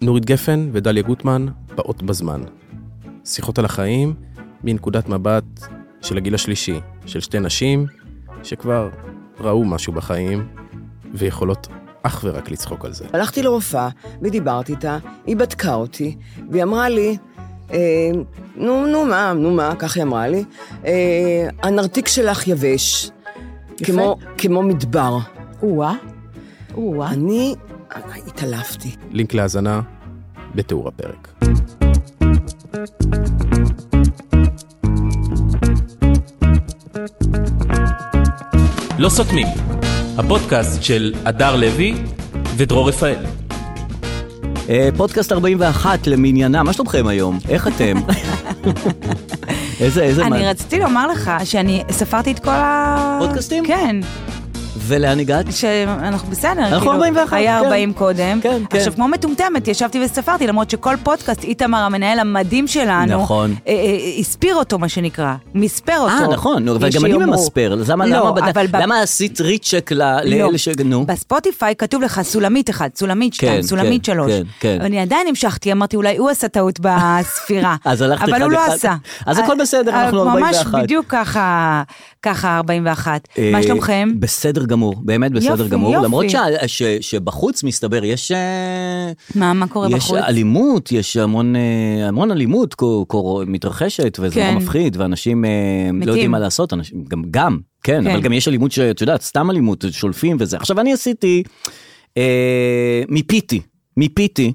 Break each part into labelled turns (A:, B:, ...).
A: נורית גפן ודליה גוטמן באות בזמן. שיחות על החיים מנקודת מבט של הגיל השלישי, של שתי נשים שכבר ראו משהו בחיים ויכולות אך ורק לצחוק על זה.
B: הלכתי לרופאה ודיברתי איתה, היא בדקה אותי, והיא אמרה לי, אה, נו, נו מה, נו מה, כך היא אמרה לי, אה, הנרתיק שלך יבש,
C: יפה.
B: כמו, כמו מדבר.
C: או-אה. או-אה.
B: אני התעלפתי.
A: לינק להאזנה בתיאור הפרק.
D: לא סותמים, הפודקאסט של הדר לוי ודרור רפאל.
E: אה, פודקאסט 41 למניינם, מה שלומכם היום? איך אתם? איזה, איזה...
C: אני
E: מה-
C: רציתי לומר לך שאני ספרתי את כל ה...
E: פודקאסטים?
C: כן.
E: ולאן הגעת?
C: שאנחנו בסדר,
E: אנחנו
C: כאילו,
E: 41,
C: היה
E: כן.
C: 40 קודם.
E: כן, כן.
C: עכשיו, כמו מטומטמת, ישבתי וספרתי, למרות שכל פודקאסט, איתמר, המנהל המדהים שלנו,
E: נכון.
C: אה, אה, הספיר אותו, מה שנקרא, מספר אותו.
E: אה, נכון, נו, אבל
C: יש
E: גם אני
C: שיאמרו.
E: ממספר, אז למה,
C: לא,
E: למה,
C: אבל ב- לא.
E: למה עשית ריצ'ק ל- לאלה ש... נו,
C: בספוטיפיי כתוב לך סולמית אחד, סולמית שתיים,
E: כן,
C: סולמית
E: כן,
C: שלוש.
E: כן, כן.
C: אני עדיין המשכתי, אמרתי אולי הוא עשה טעות בספירה.
E: אז הלכת
C: אבל הוא
E: אחד,
C: לא
E: אחד.
C: עשה.
E: אז הכל בסדר,
C: אה,
E: אנחנו
C: ממש
E: 41.
C: בדיוק ככה, ככה 41.
E: אה,
C: מה שלומכם?
E: בסדר גמור, באמת בסדר
C: יופי,
E: גמור,
C: יופי.
E: למרות שה- ש, שבחוץ מסתבר יש... אה,
C: מה, מה קורה
E: יש
C: בחוץ?
E: אלימות, יש המון, אה, המון אלימות קור, קור, מתרחשת, וזה
C: כן.
E: כן. מפחיד, ואנשים אה,
C: מתים.
E: לא יודעים מה לעשות, אנשים, גם, גם, כן,
C: כן.
E: כן, אבל גם יש אלימות שאת יודעת, סתם אלימות, שולפים וזה. עכשיו, אני עשיתי, אה, מיפיתי, מיפיתי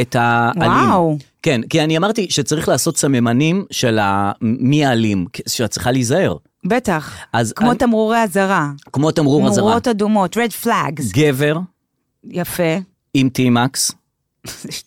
E: את האלים.
C: וואו.
E: כן, כי אני אמרתי שצריך לעשות סממנים של ה, מי האלים, כי- שאת צריכה להיזהר.
C: בטח.
E: אז
C: כמו
E: אני-
C: תמרורי אזהרה.
E: כמו תמרור אזהרה.
C: נורות אדומות, red flags.
E: גבר
C: יפה.
E: עם T-Max,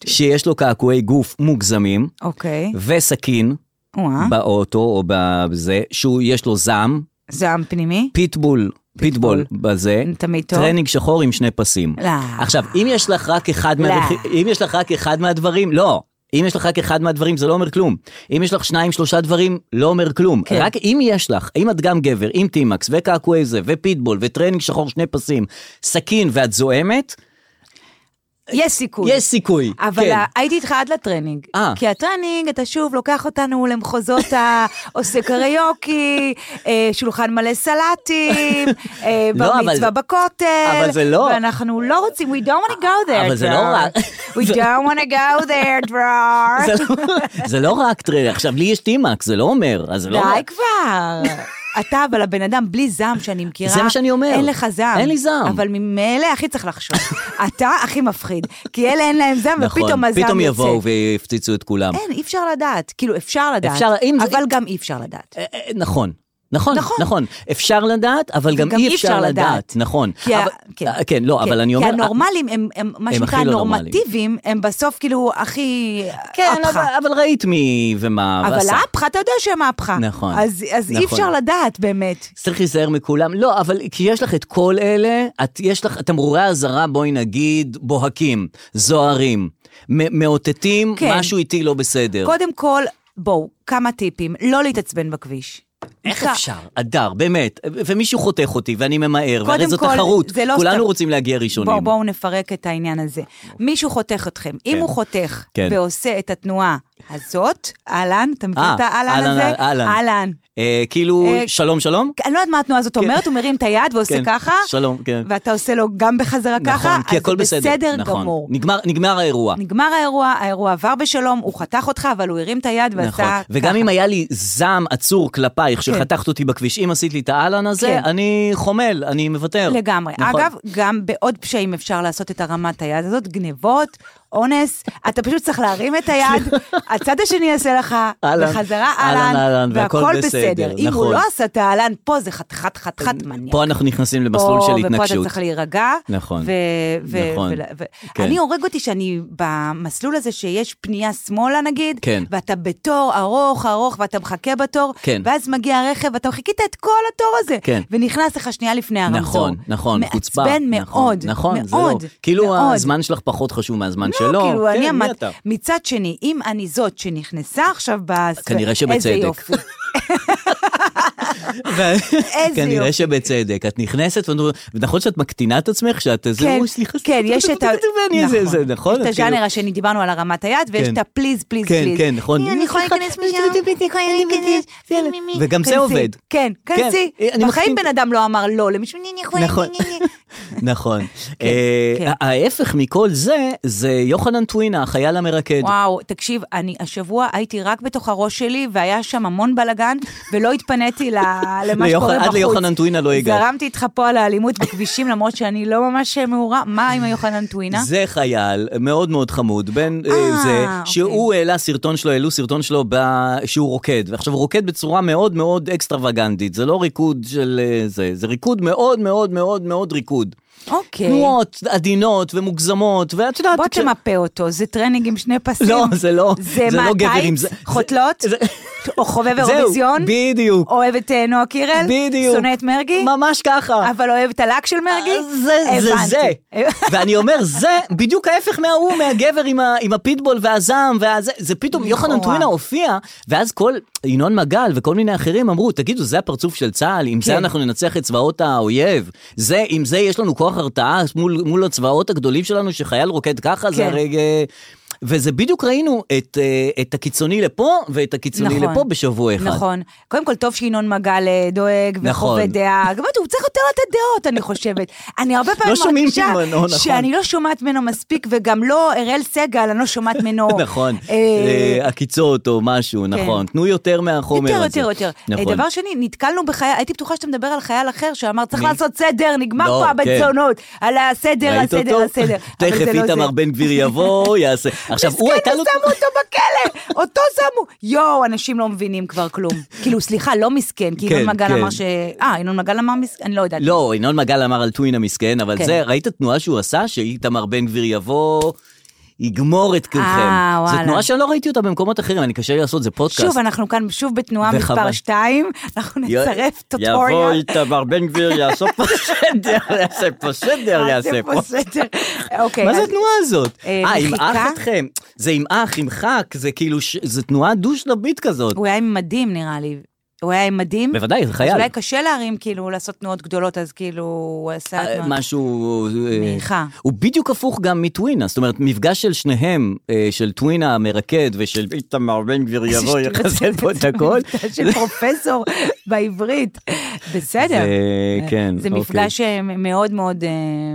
E: שיש לו קעקועי גוף מוגזמים,
C: אוקיי.
E: וסכין.
C: וואה.
E: באוטו או בזה, שהוא יש לו זעם,
C: זעם פנימי?
E: פיטבול, פיטבול בזה,
C: תמיד טוב.
E: טרנינג שחור עם שני פסים.
C: לא.
E: עכשיו, אם יש לך רק אחד
C: לא.
E: מהרכי- אם יש לך רק אחד מהדברים, לא. אם יש לך רק אחד מהדברים, זה לא אומר כלום. אם יש לך שניים, שלושה דברים, לא אומר כלום.
C: כן.
E: רק אם יש לך, אם את גם גבר, עם טימקס, וקעקועי זה, ופיטבול, וטרנינג שחור, שני פסים, סכין, ואת זוהמת,
C: יש סיכוי.
E: יש סיכוי.
C: אבל
E: כן.
C: ה- הייתי איתך עד לטרנינג.
E: אה.
C: כי הטרנינג, אתה שוב לוקח אותנו למחוזות ה... עושה קריוקי, אה, שולחן מלא סלטים, אה,
E: לא,
C: בר
E: אבל-
C: מצווה בכותל.
E: אבל זה לא-
C: ואנחנו לא רוצים, we don't want to go there,
E: אבל זה לא
C: דרור.
E: רק-
C: we don't want to go there, דרור.
E: זה לא- זה לא רק טרנינג, עכשיו, לי יש טימקס, זה לא אומר, אז זה לא...
C: די כבר. אתה אבל הבן אדם בלי זעם שאני מכירה.
E: זה מה שאני אומר.
C: אין לך זעם.
E: אין לי זעם.
C: אבל ממילא הכי צריך לחשוב. אתה הכי מפחיד. כי אלה אין להם זעם,
E: נכון,
C: ופתאום הזעם יוצא. אה,
E: פתאום יבואו ויפציצו את כולם.
C: אין, אי אפשר לדעת. כאילו, אפשר לדעת.
E: אפשר- אם זה-
C: אבל גם אי אפשר לדעת.
E: אה, אה, נכון. נכון,
C: נכון.
E: נכון, נכון. אפשר לדעת, אבל גם אי אפשר לדעת. נכון.
C: כי ה-
E: אבל- אה, כן, לא, אבל אני
C: כי
E: אומר...
C: הנורמלים הם, הם מה
E: הם
C: שנקרא,
E: הכי לא נורמלים.
C: הנורמטיביים, הם בסוף כאילו הכי...
E: כן,
C: אפך.
E: אבל- אבל ראית מי ומה
C: אבל
E: ועשה.
C: האפך, אתה יודע שהם האפך.
E: נכון,
C: אז, אז אי
E: נכון.
C: אפשר לדעת באמת.
E: אז צריך להיזהר מכולם. לא, אבל כי יש לך את כל אלה, את, יש לך תמרורי אזהרה, בואי נגיד, בוהקים, זוהרים, מ- מאותתים,
C: כן.
E: משהו איתי לא בסדר.
C: קודם כל, בואו, כמה טיפים. לא להתעצבן בכביש.
E: איך
C: אתה-
E: אפשר? אדר, באמת. ו- ומישהו חותך אותי, ואני ממהר,
C: קודם
E: והרי זו
C: כל,
E: תחרות.
C: זה לא סתם.
E: כולנו רוצים להגיע
C: בואו
E: ראשונים.
C: בוא נפרק את העניין הזה. מישהו חותך אתכם. אם
E: כן.
C: הוא חותך
E: כן.
C: ועושה את התנועה הזאת, אהלן, אתה מכיר
E: אה,
C: את האהלן
E: אהלן,
C: הזה?
E: אהלן.
C: אהלן.
E: אה, כאילו,
C: אה,
E: שלום, שלום?
C: אני לא יודעת מה התנועה הזאת אומרת, הוא מרים את היד ועושה
E: כן,
C: ככה,
E: שלום, כן.
C: ואתה עושה לו גם בחזרה ככה,
E: נכון, כי
C: אז
E: הכל
C: זה
E: בסדר. נכון.
C: גמור.
E: נגמר, נגמר האירוע.
C: נגמר האירוע, האירוע עבר בשלום, הוא חתך אותך, אבל הוא הרים את היד ועשה
E: נכון.
C: ככה.
E: וגם אם היה לי זעם עצור כלפייך,
C: כן.
E: שחתכת אותי בכביש, אם עשית לי את האלן הזה,
C: כן.
E: אני חומל, אני מוותר.
C: לגמרי.
E: נכון.
C: אגב, גם בעוד פשעים אפשר לעשות את הרמת היד הזאת, גנבות, אונס, אתה פשוט צריך להרים את היד, הצד השני יעשה לך,
E: אהלן.
C: בחזרה
E: אהלן,
C: אהלן,
E: אהלן, והכל
C: והכל
E: בסדר,
C: בסדר. אם הוא
E: נכון.
C: לא עשה את האהלן, פה זה חתיכת חתיכת מניאק.
E: פה אנחנו נכנסים למסלול
C: פה,
E: של
C: ופה אתה
E: התנגשות.
C: צריך להירגע.
E: נכון.
C: ו- ו-
E: נכון.
C: ו- ו-
E: כן.
C: אני הורג אותי שאני במסלול הזה שיש פנייה שמאלה נגיד,
E: כן.
C: ואתה בתור ארוך ארוך ואתה מחכה בתור,
E: כן.
C: ואז מגיע הרכב ואתה חיכית את כל התור הזה,
E: כן.
C: ונכנס לך שנייה לפני הרמזור.
E: נכון, נכון, חוצפה.
C: מעצבן
E: נכון,
C: מאוד,
E: נכון, זה לא-
C: מאוד,
E: כאילו
C: מאוד.
E: הזמן שלך פחות חשוב מהזמן
C: לא,
E: שלו.
C: כאילו,
E: כן,
C: אני
E: מי
C: עמד...
E: אתה?
C: מצד שני, אם אני זאת שנכנסה עכשיו בס...
E: כנראה שבצדק.
C: איזה יופי. איזה
E: כנראה
C: יופי.
E: שבצדק. את נכנסת, ואומרת, ונכון שאת מקטינה את עצמך, שאת איזה,
C: כן,
E: "אוי, לא סליחה,
C: כן, יש את ה...
E: ואני איזה- זה, נכון?
C: יש את
E: את כאילו-
C: הז'אנר השני, דיברנו על הרמת היד, ויש
E: כן.
C: את הפליז, פליז,
E: כן,
C: פליז. כן,
E: כן, נכון. כן,
C: אני יכולה להיכנס משם?
E: וגם זה
C: כנסי.
E: עובד.
C: כן, כנסי.
E: כן, אני
C: בחיים
E: מסכים.
C: בן אדם לא אמר לא למישהו, אני יכולה...
E: נכון. נכון. אה,
C: כן.
E: ההפך מכל זה, זה יוחנן טווינה, החייל המרקד.
C: וואו, תקשיב, אני השבוע הייתי רק בתוך הראש שלי, והיה שם המון בלאגן, ולא התפניתי ל- למה
E: ליוחנן-
C: שקורה בחוץ.
E: עד ליוחנן טוינה לא הגעת.
C: זרמתי איתך פה על האלימות בכבישים, למרות שאני לא ממש מעורה. מה עם היוחנן טווינה?
E: זה חייל מאוד מאוד חמוד, בין אה,
C: אה,
E: זה
C: אוקיי.
E: שהוא העלה סרטון שלו, העלו סרטון שלו ב- שהוא רוקד, ועכשיו הוא רוקד בצורה מאוד מאוד אקסטרווגנטית, זה לא ריקוד של אה, זה, זה ריקוד מאוד מאוד מאוד מאוד ריקוד.
C: אוקיי.
E: תנועות עדינות ומוגזמות, ואת יודעת...
C: בוא
E: כש-
C: תמפה אותו, זה טרנינג עם שני פסים.
E: לא, זה לא,
C: זה
E: זה
C: מה,
E: לא גבר עם זה-
C: טייץ? חוטלות?
E: זה-
C: או חובב
E: זהו,
C: אירוויזיון?
E: בדיוק.
C: אוהב את אה, נועה קירל?
E: בדיוק.
C: שונא את מרגי?
E: ממש ככה.
C: אבל אוהב את הלק של מרגי?
E: אה, זה, זה
C: הבנתי.
E: זה. ואני אומר, זה בדיוק ההפך מההוא, מהגבר עם, ה, עם הפיטבול והזעם והזה, זה פתאום, יוחנן
C: לכאורה.
E: טווינה הופיע, ואז כל ינון מגל וכל מיני אחרים אמרו, תגידו, זה הפרצוף של צה"ל, עם
C: כן.
E: זה אנחנו ננצח את צבאות האויב, זה, עם זה יש לנו כוח הרתעה מול, מול הצבאות הגדולים שלנו, שחייל רוקד ככה, זה
C: כן.
E: הרי... אה, וזה בדיוק ראינו את, אה, את הקיצוני לפה ואת הקיצוני
C: נכון.
E: לפה בשבוע אחד.
C: נכון. קודם כל, טוב שינון מגל אה, דואג וחווה
E: נכון.
C: דעה. גם הוא צריך יותר לתת דעות, אני חושבת. אני הרבה פעמים
E: לא שומעים
C: מרגישה
E: ממנו, נכון.
C: שאני לא שומעת ממנו מספיק, וגם לא אראל סגל, אני לא שומעת ממנו.
E: נכון,
C: אה, כן.
E: אה, עקיצות או משהו, נכון. תנו יותר מהחומר
C: יותר,
E: הזה.
C: יותר, יותר.
E: נכון.
C: נכון. דבר שני, נתקלנו בחייל, הייתי בטוחה שאתה מדבר על חייל אחר שאמר, צריך
E: מי?
C: לעשות סדר, נגמר
E: לא,
C: פה
E: כן.
C: הבצונות, על הסדר,
E: ראית
C: הסדר,
E: אותו?
C: הסדר. אבל
E: תכף
C: זה לא
E: איתמר
C: זה.
E: בן גביר יבוא, יעשה. עכשיו, הוא הייתה
C: מסכן,
E: לו...
C: שמו אותו בכלא, אותו שמו. יואו, אנשים לא מבינים כבר כלום. כאילו, סליחה, לא מסכן, כי ינון
E: כן,
C: מגל
E: כן.
C: אמר ש... אה, ינון מגל אמר מסכן, אני לא יודעת.
E: לא, ינון מגל אמר על טווין המסכן, אבל
C: כן.
E: זה, ראית תנועה שהוא עשה? שאיתמר בן גביר יבוא, יגמור את כולכם.
C: אה,
E: זו
C: וואלה.
E: תנועה שאני לא ראיתי אותה במקומות אחרים, אני קשה לי לעשות, זה פודקאסט.
C: שוב, אנחנו כאן שוב בתנועה מספר
E: וחבל.
C: 2, אנחנו
E: י-
C: נצרף
E: יבוא
C: טוטוריה.
E: איתמר בן גביר, יעשה פה סדר, יעשה פה סדר, יעשה פה.
C: סדר. אוקיי.
E: מה זה
C: אז-
E: התנועה הזאת?
C: אה,
E: אה, עם
C: מחיקה?
E: אח אתכם. זה עם אח, עם חק, זה כאילו, ש- זה תנועה דו-שלבית כזאת.
C: הוא היה עם מדים, נראה לי. הוא היה עם מדים.
E: בוודאי, זה
C: אז
E: חייל.
C: אולי קשה להרים, כאילו, לעשות תנועות גדולות, אז כאילו, הוא עשה
E: אה,
C: תנועות.
E: משהו... אה,
C: מעיכה.
E: הוא בדיוק הפוך גם מטווינה, זאת אומרת, מפגש של שניהם, אה, של טווינה המרקד ושל איתמר בן גביר יבוא,
C: שטויות.
E: יחסל פה את הכל.
C: מפגש של פרופסור בעברית. בסדר.
E: זה- אה, כן,
C: זה
E: אוקיי.
C: מפגש אה, מאוד מאוד, אה,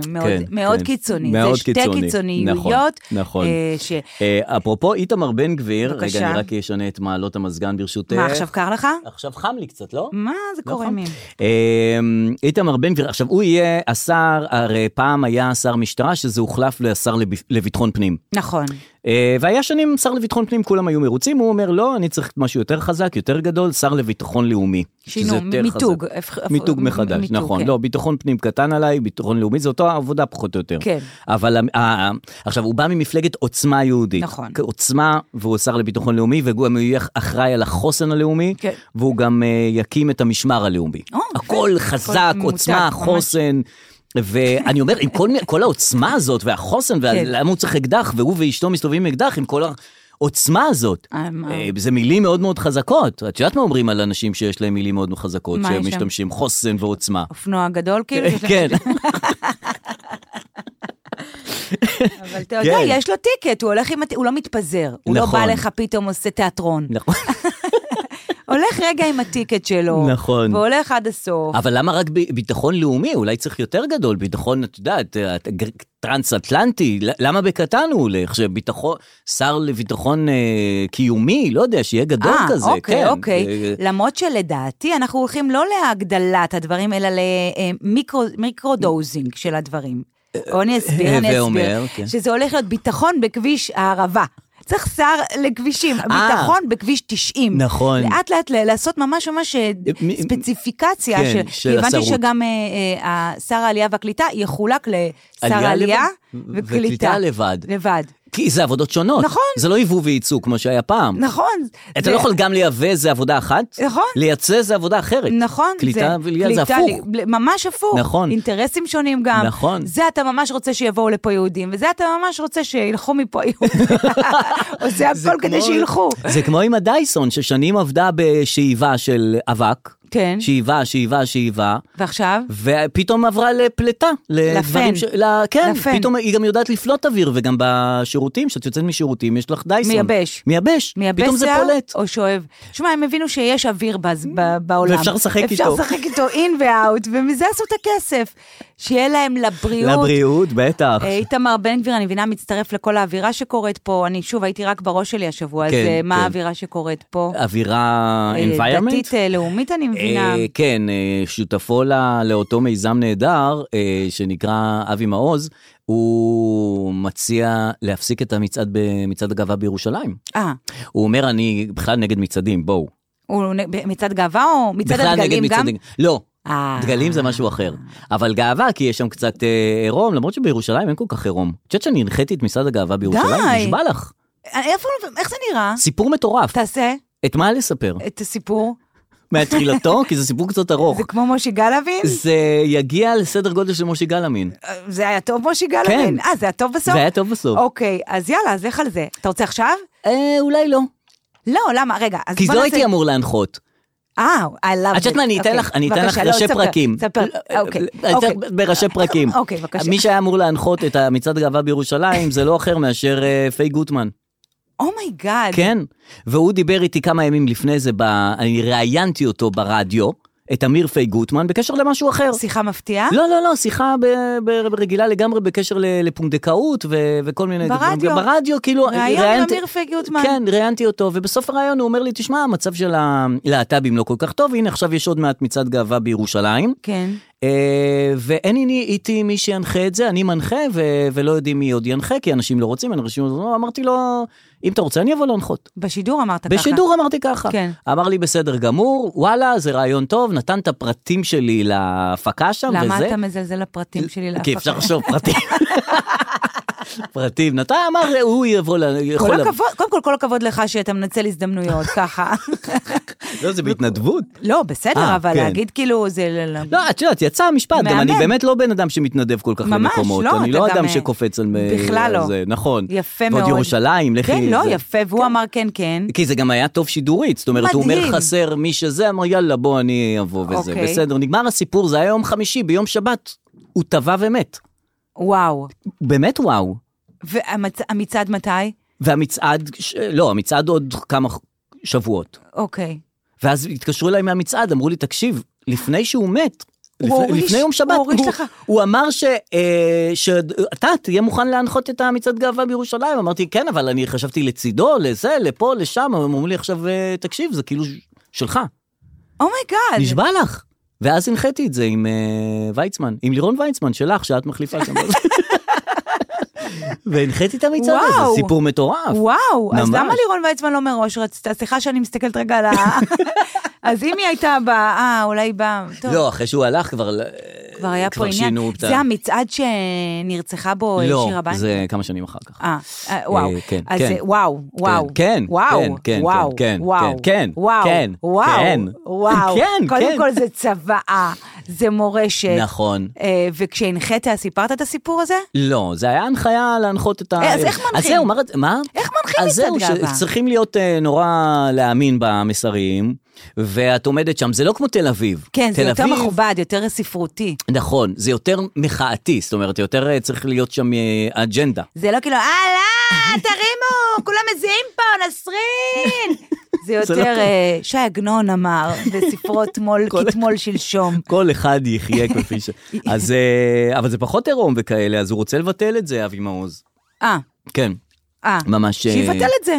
C: מאוד,
E: כן,
C: מאוד
E: כן.
C: קיצוני.
E: מאוד
C: זה שתי
E: קיצוני,
C: קיצוניויות.
E: נכון, נכון.
C: אה, ש...
E: אה, אפרופו איתמר בן גביר,
C: בבקשה.
E: רגע, אני רק אשנה את מעלות המזגן ברשותך.
C: מה, עכשיו קר לך?
E: עכשיו חם לי קצת, לא?
C: מה זה
E: לא
C: קורה
E: חם?
C: מין?
E: אמ, איתמר בן גביר, עכשיו הוא יהיה השר, הרי פעם היה שר משטרה, שזה הוחלף לשר לב- לביטחון פנים.
C: נכון.
E: אה, והיה שנים שר לביטחון פנים, כולם היו מרוצים, הוא אומר, לא, אני צריך משהו יותר חזק, יותר גדול, שר לביטחון לאומי. שזה
C: שינו,
E: יותר
C: מיתוג.
E: חזק.
C: הפ- הפ-
E: מיתוג
C: מ-
E: מחדש,
C: מיתוג,
E: נכון.
C: כן.
E: לא, ביטחון פנים קטן עליי, ביטחון לאומי, זה אותו העבודה פחות או יותר.
C: כן.
E: אבל המ- ה- ה- עכשיו, הוא בא ממפלגת עוצמה יהודית.
C: נכון.
E: עוצמה, והוא שר לביטחון לאומי, והוא גם יהיה אחראי על החוסן הלאומי,
C: כן.
E: והוא גם אה, יקים את המשמר הלאומי.
C: או, יפה.
E: הכל חזק,
C: ממותג,
E: עוצמה,
C: ממש.
E: חוסן. ואני אומר, עם כל, מי- כל העוצמה הזאת והחוסן,
C: כן.
E: ולמה הוא צריך אקדח, והוא ואשתו מסתובבים עם אקדח עם כל העוצמה הזאת.
C: אה, מה?
E: אה, זה מילים מאוד מאוד חזקות. את יודעת מה אומרים על אנשים שיש להם מילים מאוד חזקות,
C: מה יש
E: שהם
C: להם?
E: משתמשים חוסן ועוצמה.
C: אופנוע גדול, כאילו. שיש להם-
E: כן,
C: אבל אתה יודע,
E: כן.
C: יש לו טיקט, הוא הולך עם... הט- הוא לא מתפזר. הוא לא
E: נכון.
C: בא לך פתאום עושה תיאטרון.
E: נכון.
C: הולך רגע עם הטיקט שלו.
E: נכון.
C: והולך עד הסוף.
E: אבל למה רק ב- ביטחון לאומי? אולי צריך יותר גדול, ביטחון, את יודעת, אה, גר- טרנס-אטלנטי, ל- למה בקטן הוא הולך? שביטחון, שר לביטחון אה, קיומי, לא יודע, שיהיה גדול
C: אה,
E: כזה,
C: אוקיי,
E: כן.
C: אוקיי.
E: אה,
C: למרות שלדעתי אנחנו הולכים לא להגדלת הדברים, אלא למיקרו-דוזינג של הדברים. בוא אני אסביר, אני
E: ואומר,
C: אסביר.
E: אה, כן.
C: שזה הולך להיות ביטחון בכביש הערבה. צריך שר לכבישים, ביטחון בכביש 90.
E: אה. נכון.
C: לאט לאט ל- לעשות ממש ממש אה,
E: מ-
C: ספציפיקציה.
E: כן,
C: של-
E: של
C: כי הבנתי
E: השרות.
C: שגם אה, אה, שר העלייה והקליטה יחולק לשר
E: עלייה
C: העלייה
E: לבד, ו-
C: וקליטה.
E: וקליטה לבד.
C: לבד.
E: כי זה עבודות שונות.
C: נכון.
E: זה לא יבוא וייצוא כמו שהיה פעם.
C: נכון.
E: אתה
C: זה-
E: לא יכול גם לייבא איזה עבודה אחת,
C: נכון.
E: לייצא זה עבודה אחרת.
C: נכון.
E: קליטה
C: זה-
E: ועלייה זה
C: קליטה,
E: הפוך.
C: ל- ל- ממש הפוך.
E: נכון.
C: אינטרסים שונים גם.
E: נכון.
C: זה אתה ממש רוצה שיבואו לפה יהודים, וזה אתה ממש רוצה שילכו מפה יהודים. עושה הכל כדי שילכו.
E: זה כמו עם הדייסון, ששנים עבדה בשאיבה של אבק,
C: כן.
E: שאיבה, שאיבה, שאיבה,
C: ועכשיו?
E: ופתאום עברה לפלטה. לדברים ש- ל- כן,
C: לפן.
E: פתאום היא גם יודעת לפלוט אוויר, וגם בשירותים, כשאת יוצאת משירותים, יש לך דייסון.
C: מייבש.
E: מייבש.
C: מייבש
E: פתאום זה
C: שיער
E: פולט.
C: או שואב. שמע, הם הבינו שיש אוויר בז, ב, בעולם.
E: ואפשר לשחק איתו.
C: אפשר לשחק איתו אין ואאוט, ומזה עשו את הכסף. שיהיה להם לבריאות.
E: לבריאות, בטח.
C: אה, איתמר בן גביר, אני מבינה, מצטרף לכל האווירה שקורית פה. אני שוב, הייתי רק בראש שלי השבוע, אז
E: כן,
C: אה, מה
E: כן.
C: האווירה שקורית פה?
E: אווירה
C: אה,
E: environment?
C: דתית אה, לאומית, אני מבינה.
E: אה, כן, אה, שותפו ל- לאותו מיזם נהדר, אה, שנקרא אבי מעוז, הוא מציע להפסיק את המצעד במצעד הגאווה בירושלים.
C: אה,
E: הוא אומר, אני בכלל נגד מצעדים, בואו.
C: הוא נ- מצעד גאווה או מצעד
E: בכלל נגד
C: הדגלים גם?
E: מצעדים- לא.
C: אה.
E: דגלים זה משהו אחר, אבל גאווה כי יש שם קצת אה, עירום, למרות שבירושלים אין כל כך עירום. את יודעת שאני הנחיתי את מצעד הגאווה בירושלים?
C: די.
E: נשבע לך.
C: אה, איפה, איך זה נראה?
E: סיפור מטורף.
C: תעשה
E: את מה לספר?
C: את הסיפור.
E: מהתחילתו? כי זה סיפור קצת ארוך.
C: זה כמו משה גלבין?
E: זה יגיע לסדר גודל של משה גלאמין.
C: אה, זה היה טוב, משה גלבין?
E: כן.
C: אה, זה היה טוב בסוף?
E: זה היה טוב בסוף.
C: אוקיי, אז יאללה, אז לך על זה. אתה רוצה עכשיו?
E: אה, אולי לא.
C: לא, למה? רגע, אז
E: כי
C: בוא
E: לא
C: נעשה-
E: הייתי אמור להנחות.
C: אה, I love it.
E: את יודעת מה, אני אתן
C: אוקיי,
E: לך, אני אתן לך
C: בבקשה, לא,
E: ראשי
C: ספר,
E: פרקים.
C: ספר,
E: אה,
C: אוקיי.
E: אה,
C: אוקיי.
E: אתן בראשי פרקים.
C: אוקיי, בבקשה.
E: מי שהיה אמור להנחות את המצעד הגאווה בירושלים זה לא אחר מאשר אה, פיי גוטמן.
C: Oh אומייגאד.
E: כן. והוא דיבר איתי כמה ימים לפני זה, ב- אני ראיינתי אותו ברדיו, את אמיר פיי גוטמן, בקשר למשהו אחר.
C: שיחה מפתיעה?
E: לא, לא, לא, שיחה ב, ב, רגילה לגמרי בקשר ל- לפונדקאות ו, וכל מיני...
C: ברדיו.
E: דברים. ברדיו, כאילו...
C: ראיון
E: ראיינתי-
C: עם אמיר פייג גוטמן.
E: כן, ראיינתי אותו, ובסוף הראיון הוא אומר לי, תשמע, המצב של הלהט"בים לא כל כך טוב, הנה עכשיו יש עוד מעט מצעד גאווה בירושלים,
C: כן.
E: אה, ואין איני- איתי מי שינחה את זה, אני מנחה, ו, ולא יודעים מי עוד ינחה, כי אנשים לא רוצים, אנשים לא... רוצים." אמרתי לו, אם אתה רוצה, אני אבוא להנחות.
C: בשידור אמרת ככה.
E: בשידור אמרתי ככה.
C: כן.
E: אמר לי, בסדר גמור, וואלה, זה רעיון טוב, נתן את הפרטים שלי להפקה שם, וזה.
C: למה אתה מזלזל לפרטים שלי להפקה?
E: כי אוקיי, אפשר לחשוב פרטים. פרטים, נתן, אמר, הוא יבוא, ל- יכול...
C: כל
E: לבוא."
C: הכבוד, קודם כל, כל הכבוד לך שאתה מנצל הזדמנויות ככה.
E: לא, זה בהתנדבות.
C: לא, בסדר,
E: אה,
C: אבל
E: כן.
C: להגיד כאילו, זה...
E: לא, את יודעת, יצא המשפט, גם
C: מהמם.
E: אני באמת לא בן אדם שמתנדב כל כך
C: ממש,
E: למקומות.
C: לא,
E: אני
C: אתה
E: לא
C: גם,
E: אדם
C: אה,
E: שקופץ על... מ-
C: בכלל לא.
E: זה, נכון.
C: יפה מאוד.
E: ועוד ירושלים, לכי...
C: כן, לא,
E: זה-
C: יפה, והוא אמר כן, כן.
E: כי זה גם היה טוב שידורית, זאת אומרת, הוא אומר
C: מדהים.
E: חסר מי שזה, אמר יאללה בוא אני אבוא וזה,
C: אוקיי.
E: בסדר, נגמר הסיפור, זה היה יום חמישי, ביום שבת, הוא טבע ומת,
C: וואו.
E: באמת וואו.
C: והמצעד מתי?
E: והמצעד, ש- לא, המצעד עוד כמה ח- שבועות.
C: אוקיי.
E: ואז התקשרו אליי מהמצעד, אמרו לי, תקשיב, לפני שהוא מת, לפני,
C: הוריש-
E: לפני יום שבת,
C: הוא הוריש לך-
E: הוא אמר ש, אה, שאתה תהיה מוכן להנחות את המצעד גאווה בירושלים. אמרתי, כן, אבל אני חשבתי לצידו, לזה, לפה, לשם, הם אמרו לי עכשיו, אה, תקשיב, זה כאילו ש- שלך,
C: Oh אומייגאד.
E: נשבע לך. ואז הנחיתי את זה עם אה, ויצמן, עם לירון ויצמן שלך, שאת מחליפה שם. והנחיתי את המצעד הזה,
C: וואו.
E: סיפור מטורף.
C: וואו, אז
E: ממש.
C: למה לירון ויצמן לא מראש רצתה? סליחה שאני מסתכלת רגע על ה... אז אם היא הייתה באה, אה, אולי באה, טוב,
E: לא, אחרי שהוא הלך כבר, אה,
C: כבר היה פה עניין.
E: שינו את ה-
C: זה המצעד שנרצחה בו אה, שירה
E: לא,
C: בנקי?
E: זה כמה שנים אחר כך.
C: אה, אה, וואו.
E: אה, כן,
C: אז
E: כן.
C: אה, וואו, וואו.
E: כן,
C: וואו,
E: כן, כן,
C: וואו,
E: כן, כן,
C: וואו,
E: כן,
C: וואו,
E: כן,
C: וואו,
E: כן.
C: וואו.
E: כן,
C: קודם
E: כן.
C: כל זה צוואה, זה מורשת.
E: נכון.
C: אה, וכשהנחית, סיפרת את הסיפור הזה?
E: לא, זה היה הנחיה להנחות את ה...
C: אה, אז איך
E: אז
C: מנחים?
E: זהו, מה רצ- מה?
C: איך מנחים
E: אז זהו,
C: מצעד גאווה?
E: שצריכים להיות אה, נורא להאמין במסרים, ואת עומדת שם, זה לא כמו תל אביב.
C: כן, זה
E: תל
C: יותר
E: אביב-
C: מכובד, יותר ספרותי. נכון.
E: נכון, זה יותר מחאתי, זאת אומרת, יותר אה, צריך להיות שם אה, אג'נדה.
C: זה לא כאילו, אהלה, תרימו, כולם מזיעים פה, נסרין. זה
E: זה לא
C: יותר,
E: טוב.
C: אה, ש"י עגנון אמר בספרו אתמול, כתמול שלשום.
E: כל אחד יחיה כפי ש... אז... אה, אבל זה פחות עירום וכאלה, אז הוא רוצה לבטל את זה, אבי מעוז.
C: אה,
E: כן.
C: אה.
E: ממש, אה,
C: שיבטל את זה.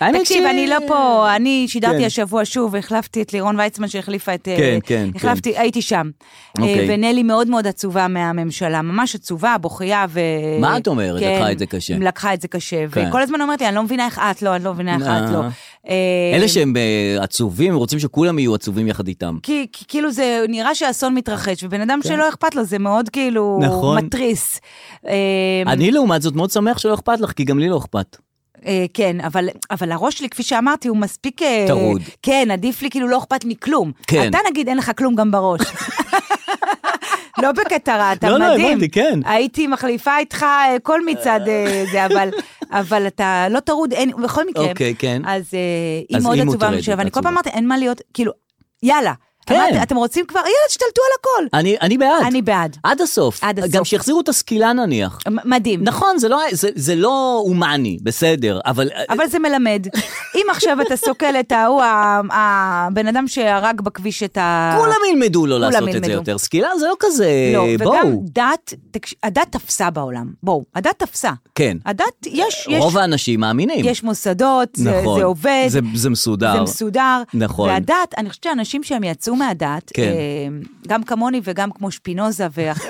E: האמת
C: תקשיב,
E: ש-
C: אני לא פה, אני
E: כן.
C: שידרתי השבוע שוב, החלפתי את לירון ויצמן שהחליפה את... אה,
E: כן, כן,
C: החלפתי, הייתי שם. אה,
E: אוקיי.
C: ונלי מאוד מאוד עצובה מהממשלה, ממש עצובה, בוכייה ו...
E: מה את אומרת?
C: כן,
E: לקחה את זה קשה.
C: לקחה את זה קשה,
E: כן.
C: וכל הזמן אומרת לי, אני לא מבינה איך את לא, אני לא מבינה איך את לא.
E: אה.
C: אה,
E: אלה שהם אה, עצובים, רוצים שכולם יהיו עצובים יחד איתם.
C: כי, כי כאילו זה נראה שהאסון מתרחש, ובן אדם כן. שלא אכפת לו זה מאוד כאילו
E: נכון.
C: מתריס. אה,
E: אני לעומת זאת מאוד שמח שלא אכפת לך, כי גם לי לא אכפת.
C: אה, כן, אבל, אבל הראש שלי, כפי שאמרתי, הוא מספיק... אה,
E: טרוד.
C: כן, עדיף לי כאילו לא אכפת מכלום.
E: כן.
C: אתה נגיד אין לך כלום גם בראש. לא בקטרה, אתה
E: לא, לא,
C: מדהים. אה,
E: הבנתי, כן.
C: הייתי מחליפה איתך אה, כל מצעד אה, זה, אבל, אבל אתה לא טרוד, אין, בכל מקרה.
E: אוקיי, כן.
C: אז אה, היא
E: אז
C: מאוד
E: היא
C: עצובה
E: מוטרדת,
C: ממנו, ואני כל
E: עצובה.
C: פעם אמרתי, אין מה להיות, כאילו, יאללה.
E: כן.
C: אמרתי, אתם רוצים כבר, יאללה, תשתלטו על הכל.
E: אני, אני בעד.
C: אני בעד.
E: עד הסוף.
C: עד הסוף. אוקיי.
E: גם שיחזירו את הסקילה נניח.
C: מ- מדהים.
E: נכון, זה לא, זה, זה לא הומני, בסדר, אבל... אה,
C: אבל זה מלמד. אם עכשיו אתה סוקל את ההוא, ה- הבן אדם שהרג בכביש את ה...
E: כולם ילמדו לא
C: כולם
E: לעשות את זה
C: ילמדו.
E: יותר. סקילה זה לא כזה,
C: לא, וגם
E: בואו.
C: דת, תקש- הדת תפסה בעולם. בואו, הדת תפסה.
E: כן.
C: הדת, יש, יש,
E: רוב האנשים מאמינים.
C: יש מוסדות, זה-
E: נכון.
C: זה עובד.
E: זה, זה מסודר.
C: זה מסודר.
E: נכון.
C: והדת, אני חושבת שאנשים שהם יצאו מהדת,
E: כן.
C: אה, גם כמוני וגם כמו שפינוזה, ואח-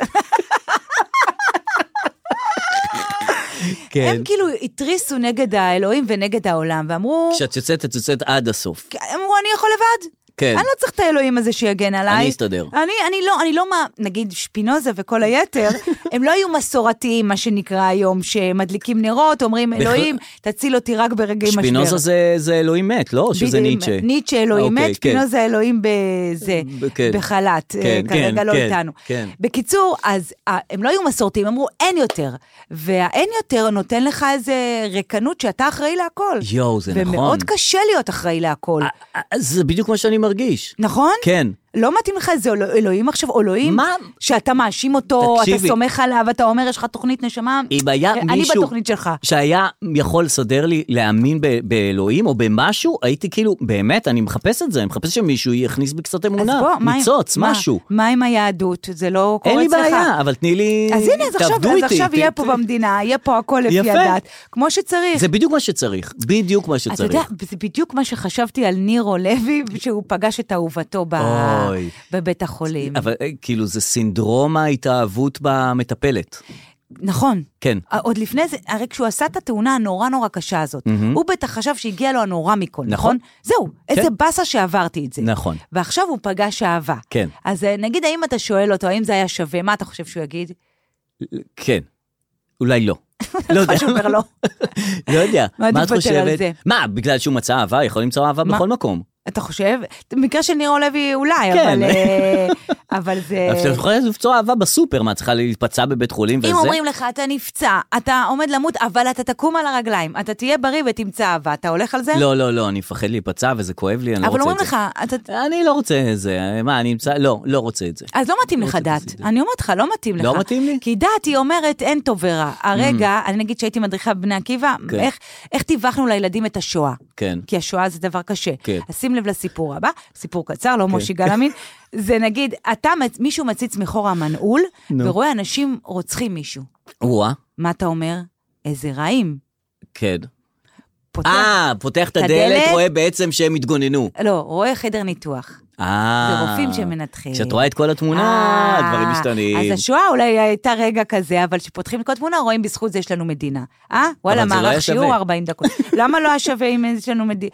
E: כן.
C: הם כאילו התריסו נגד האלוהים ונגד העולם, ואמרו,
E: כשאת יוצאת, את יוצאת עד הסוף.
C: הם אמרו, אני יכול לבד.
E: כן.
C: אני לא צריך את האלוהים הזה שיגן עליי.
E: אני אסתדר.
C: אני, אני לא, אני לא מה, נגיד שפינוזה וכל היתר, הם לא היו מסורתיים, מה שנקרא היום, שמדליקים נרות, אומרים, אלוהים, תציל אותי רק ברגעי משבר.
E: שפינוזה זה, זה אלוהים מת, לא? שזה
C: בדיוק,
E: ניטשה.
C: ניטשה אלוהים
E: אוקיי,
C: מת, שפינוזה אלוהים בזה,
E: ב- כן.
C: בחל"ת, אה,
E: כן,
C: כרגע
E: כן,
C: לא
E: כן,
C: איתנו.
E: כן.
C: בקיצור, אז אה, הם לא היו מסורתיים, אמרו אין יותר. והאין יותר נותן לך איזה ריקנות שאתה אחראי להכל.
E: יואו, זה נכון.
C: ומאוד קשה להיות אחראי להכל,
E: אה, אה, זה בדיוק מה שאני מרגיש.
C: נכון?
E: כן.
C: לא מתאים לך איזה אלוה- אלוהים עכשיו, אלוהים,
E: מה?
C: שאתה מאשים אותו, אתה
E: תקשיבי.
C: סומך עליו, אתה אומר, יש לך תוכנית נשמה,
E: אם היה
C: אני
E: מישהו
C: בתוכנית שלך.
E: שהיה יכול לסדר לי להאמין ב- באלוהים או במשהו, הייתי כאילו, באמת, אני מחפש את זה, אני מחפש שמישהו יכניס בי קצת
C: אז
E: אמונה,
C: בוא, מה עם-
E: ניצוץ,
C: מה-
E: משהו.
C: מה עם היהדות? זה לא קורה
E: אין לי
C: אצלך.
E: בעיה, אבל תני לי,
C: אז הנה, אז עכשיו,
E: תעבדו
C: אז
E: איתי.
C: עכשיו
E: ת-
C: יהיה
E: ת-
C: פה במדינה, יהיה פה הכל לפי
E: יפה.
C: הדת, כמו שצריך.
E: זה בדיוק מה שצריך, בדיוק מה
C: אתה
E: שצריך.
C: יודע, זה בדיוק מה שחשבתי על נירו לוי, שהוא פגש את אהובתו ב-
E: אוי.
C: בבית החולים.
E: אבל אה, כאילו זה סינדרום ההתאהבות במטפלת.
C: נכון.
E: כן.
C: עוד לפני זה, הרי כשהוא עשה את התאונה הנורא נורא קשה הזאת, הוא בטח חשב שהגיע לו הנורא מכל, נכון?
E: נכון.
C: זהו, איזה
E: כן.
C: באסה שעברתי את זה.
E: נכון.
C: ועכשיו הוא פגש אהבה.
E: כן.
C: אז אה, נגיד, האם אתה שואל אותו, האם זה היה שווה, מה אתה חושב שהוא יגיד?
E: כן. אולי לא. לא יודע.
C: מה שהוא אומר לו?
E: לא יודע.
C: מה
E: מה את
C: תתפטר על
E: חושבת?
C: זה?
E: מה, בגלל שהוא מצא אהבה? יכול למצוא אהבה
C: מה?
E: בכל מקום.
C: אתה חושב? במקרה של נירו לוי אולי,
E: כן.
C: אבל, אה, אבל זה...
E: אבל את יכולה למצוא אהבה בסופר, מה, את צריכה להתפצע בבית חולים וזה?
C: אם אומרים לך, אתה נפצע, אתה עומד למות, אבל אתה תקום על הרגליים, אתה תהיה בריא ותמצא אהבה, אתה הולך על זה?
E: לא, לא, לא, אני מפחד להיפצע וזה כואב לי, אני לא
C: אבל
E: רוצה
C: אומרים
E: את
C: לך,
E: זה.
C: אתה...
E: אני לא רוצה את זה, מה, אני אמצא, לא, לא רוצה את זה.
C: אז לא מתאים לך
E: רוצה
C: דת.
E: את זה.
C: אני אומרת לך, לא מתאים לך.
E: לא מתאים לי? Mm.
C: כי דת היא אומרת אין טוב ורע. הרגע, אני נגיד שהייתי מדריכה בבני עקיבא,
E: כן.
C: איך- איך טיווחנו לילדים את השואה?
E: כן.
C: כי השואה זה דבר קשה.
E: כן.
C: אז שים לב לסיפור הבא, סיפור קצר, לא מושי גלאמין. זה נגיד, אתה, מצ- מישהו מציץ מחור המנעול, ורואה אנשים רוצחים מישהו.
E: וואה,
C: מה אתה אומר? איזה רעים.
E: כן.
C: פותח-
E: אה, פותח את
C: את
E: הדלת,
C: הדלת?
E: רואה בעצם שהם התגוננו.
C: לא, רואה חדר ניתוח.
E: אה.
C: זה רופאים שמנתחים.
E: כשאת רואה את כל התמונה,
C: אה,
E: הדברים משתנים.
C: אז השואה אולי הייתה רגע כזה, אבל כשפותחים את כל תמונה, רואים בזכות זה יש לנו מדינה. אה? וואלה,
E: אבל זה לא
C: מערך
E: היה
C: שיעור
E: שווה.
C: 40 דקות. למה לא היה שווה אם יש לנו מדינה?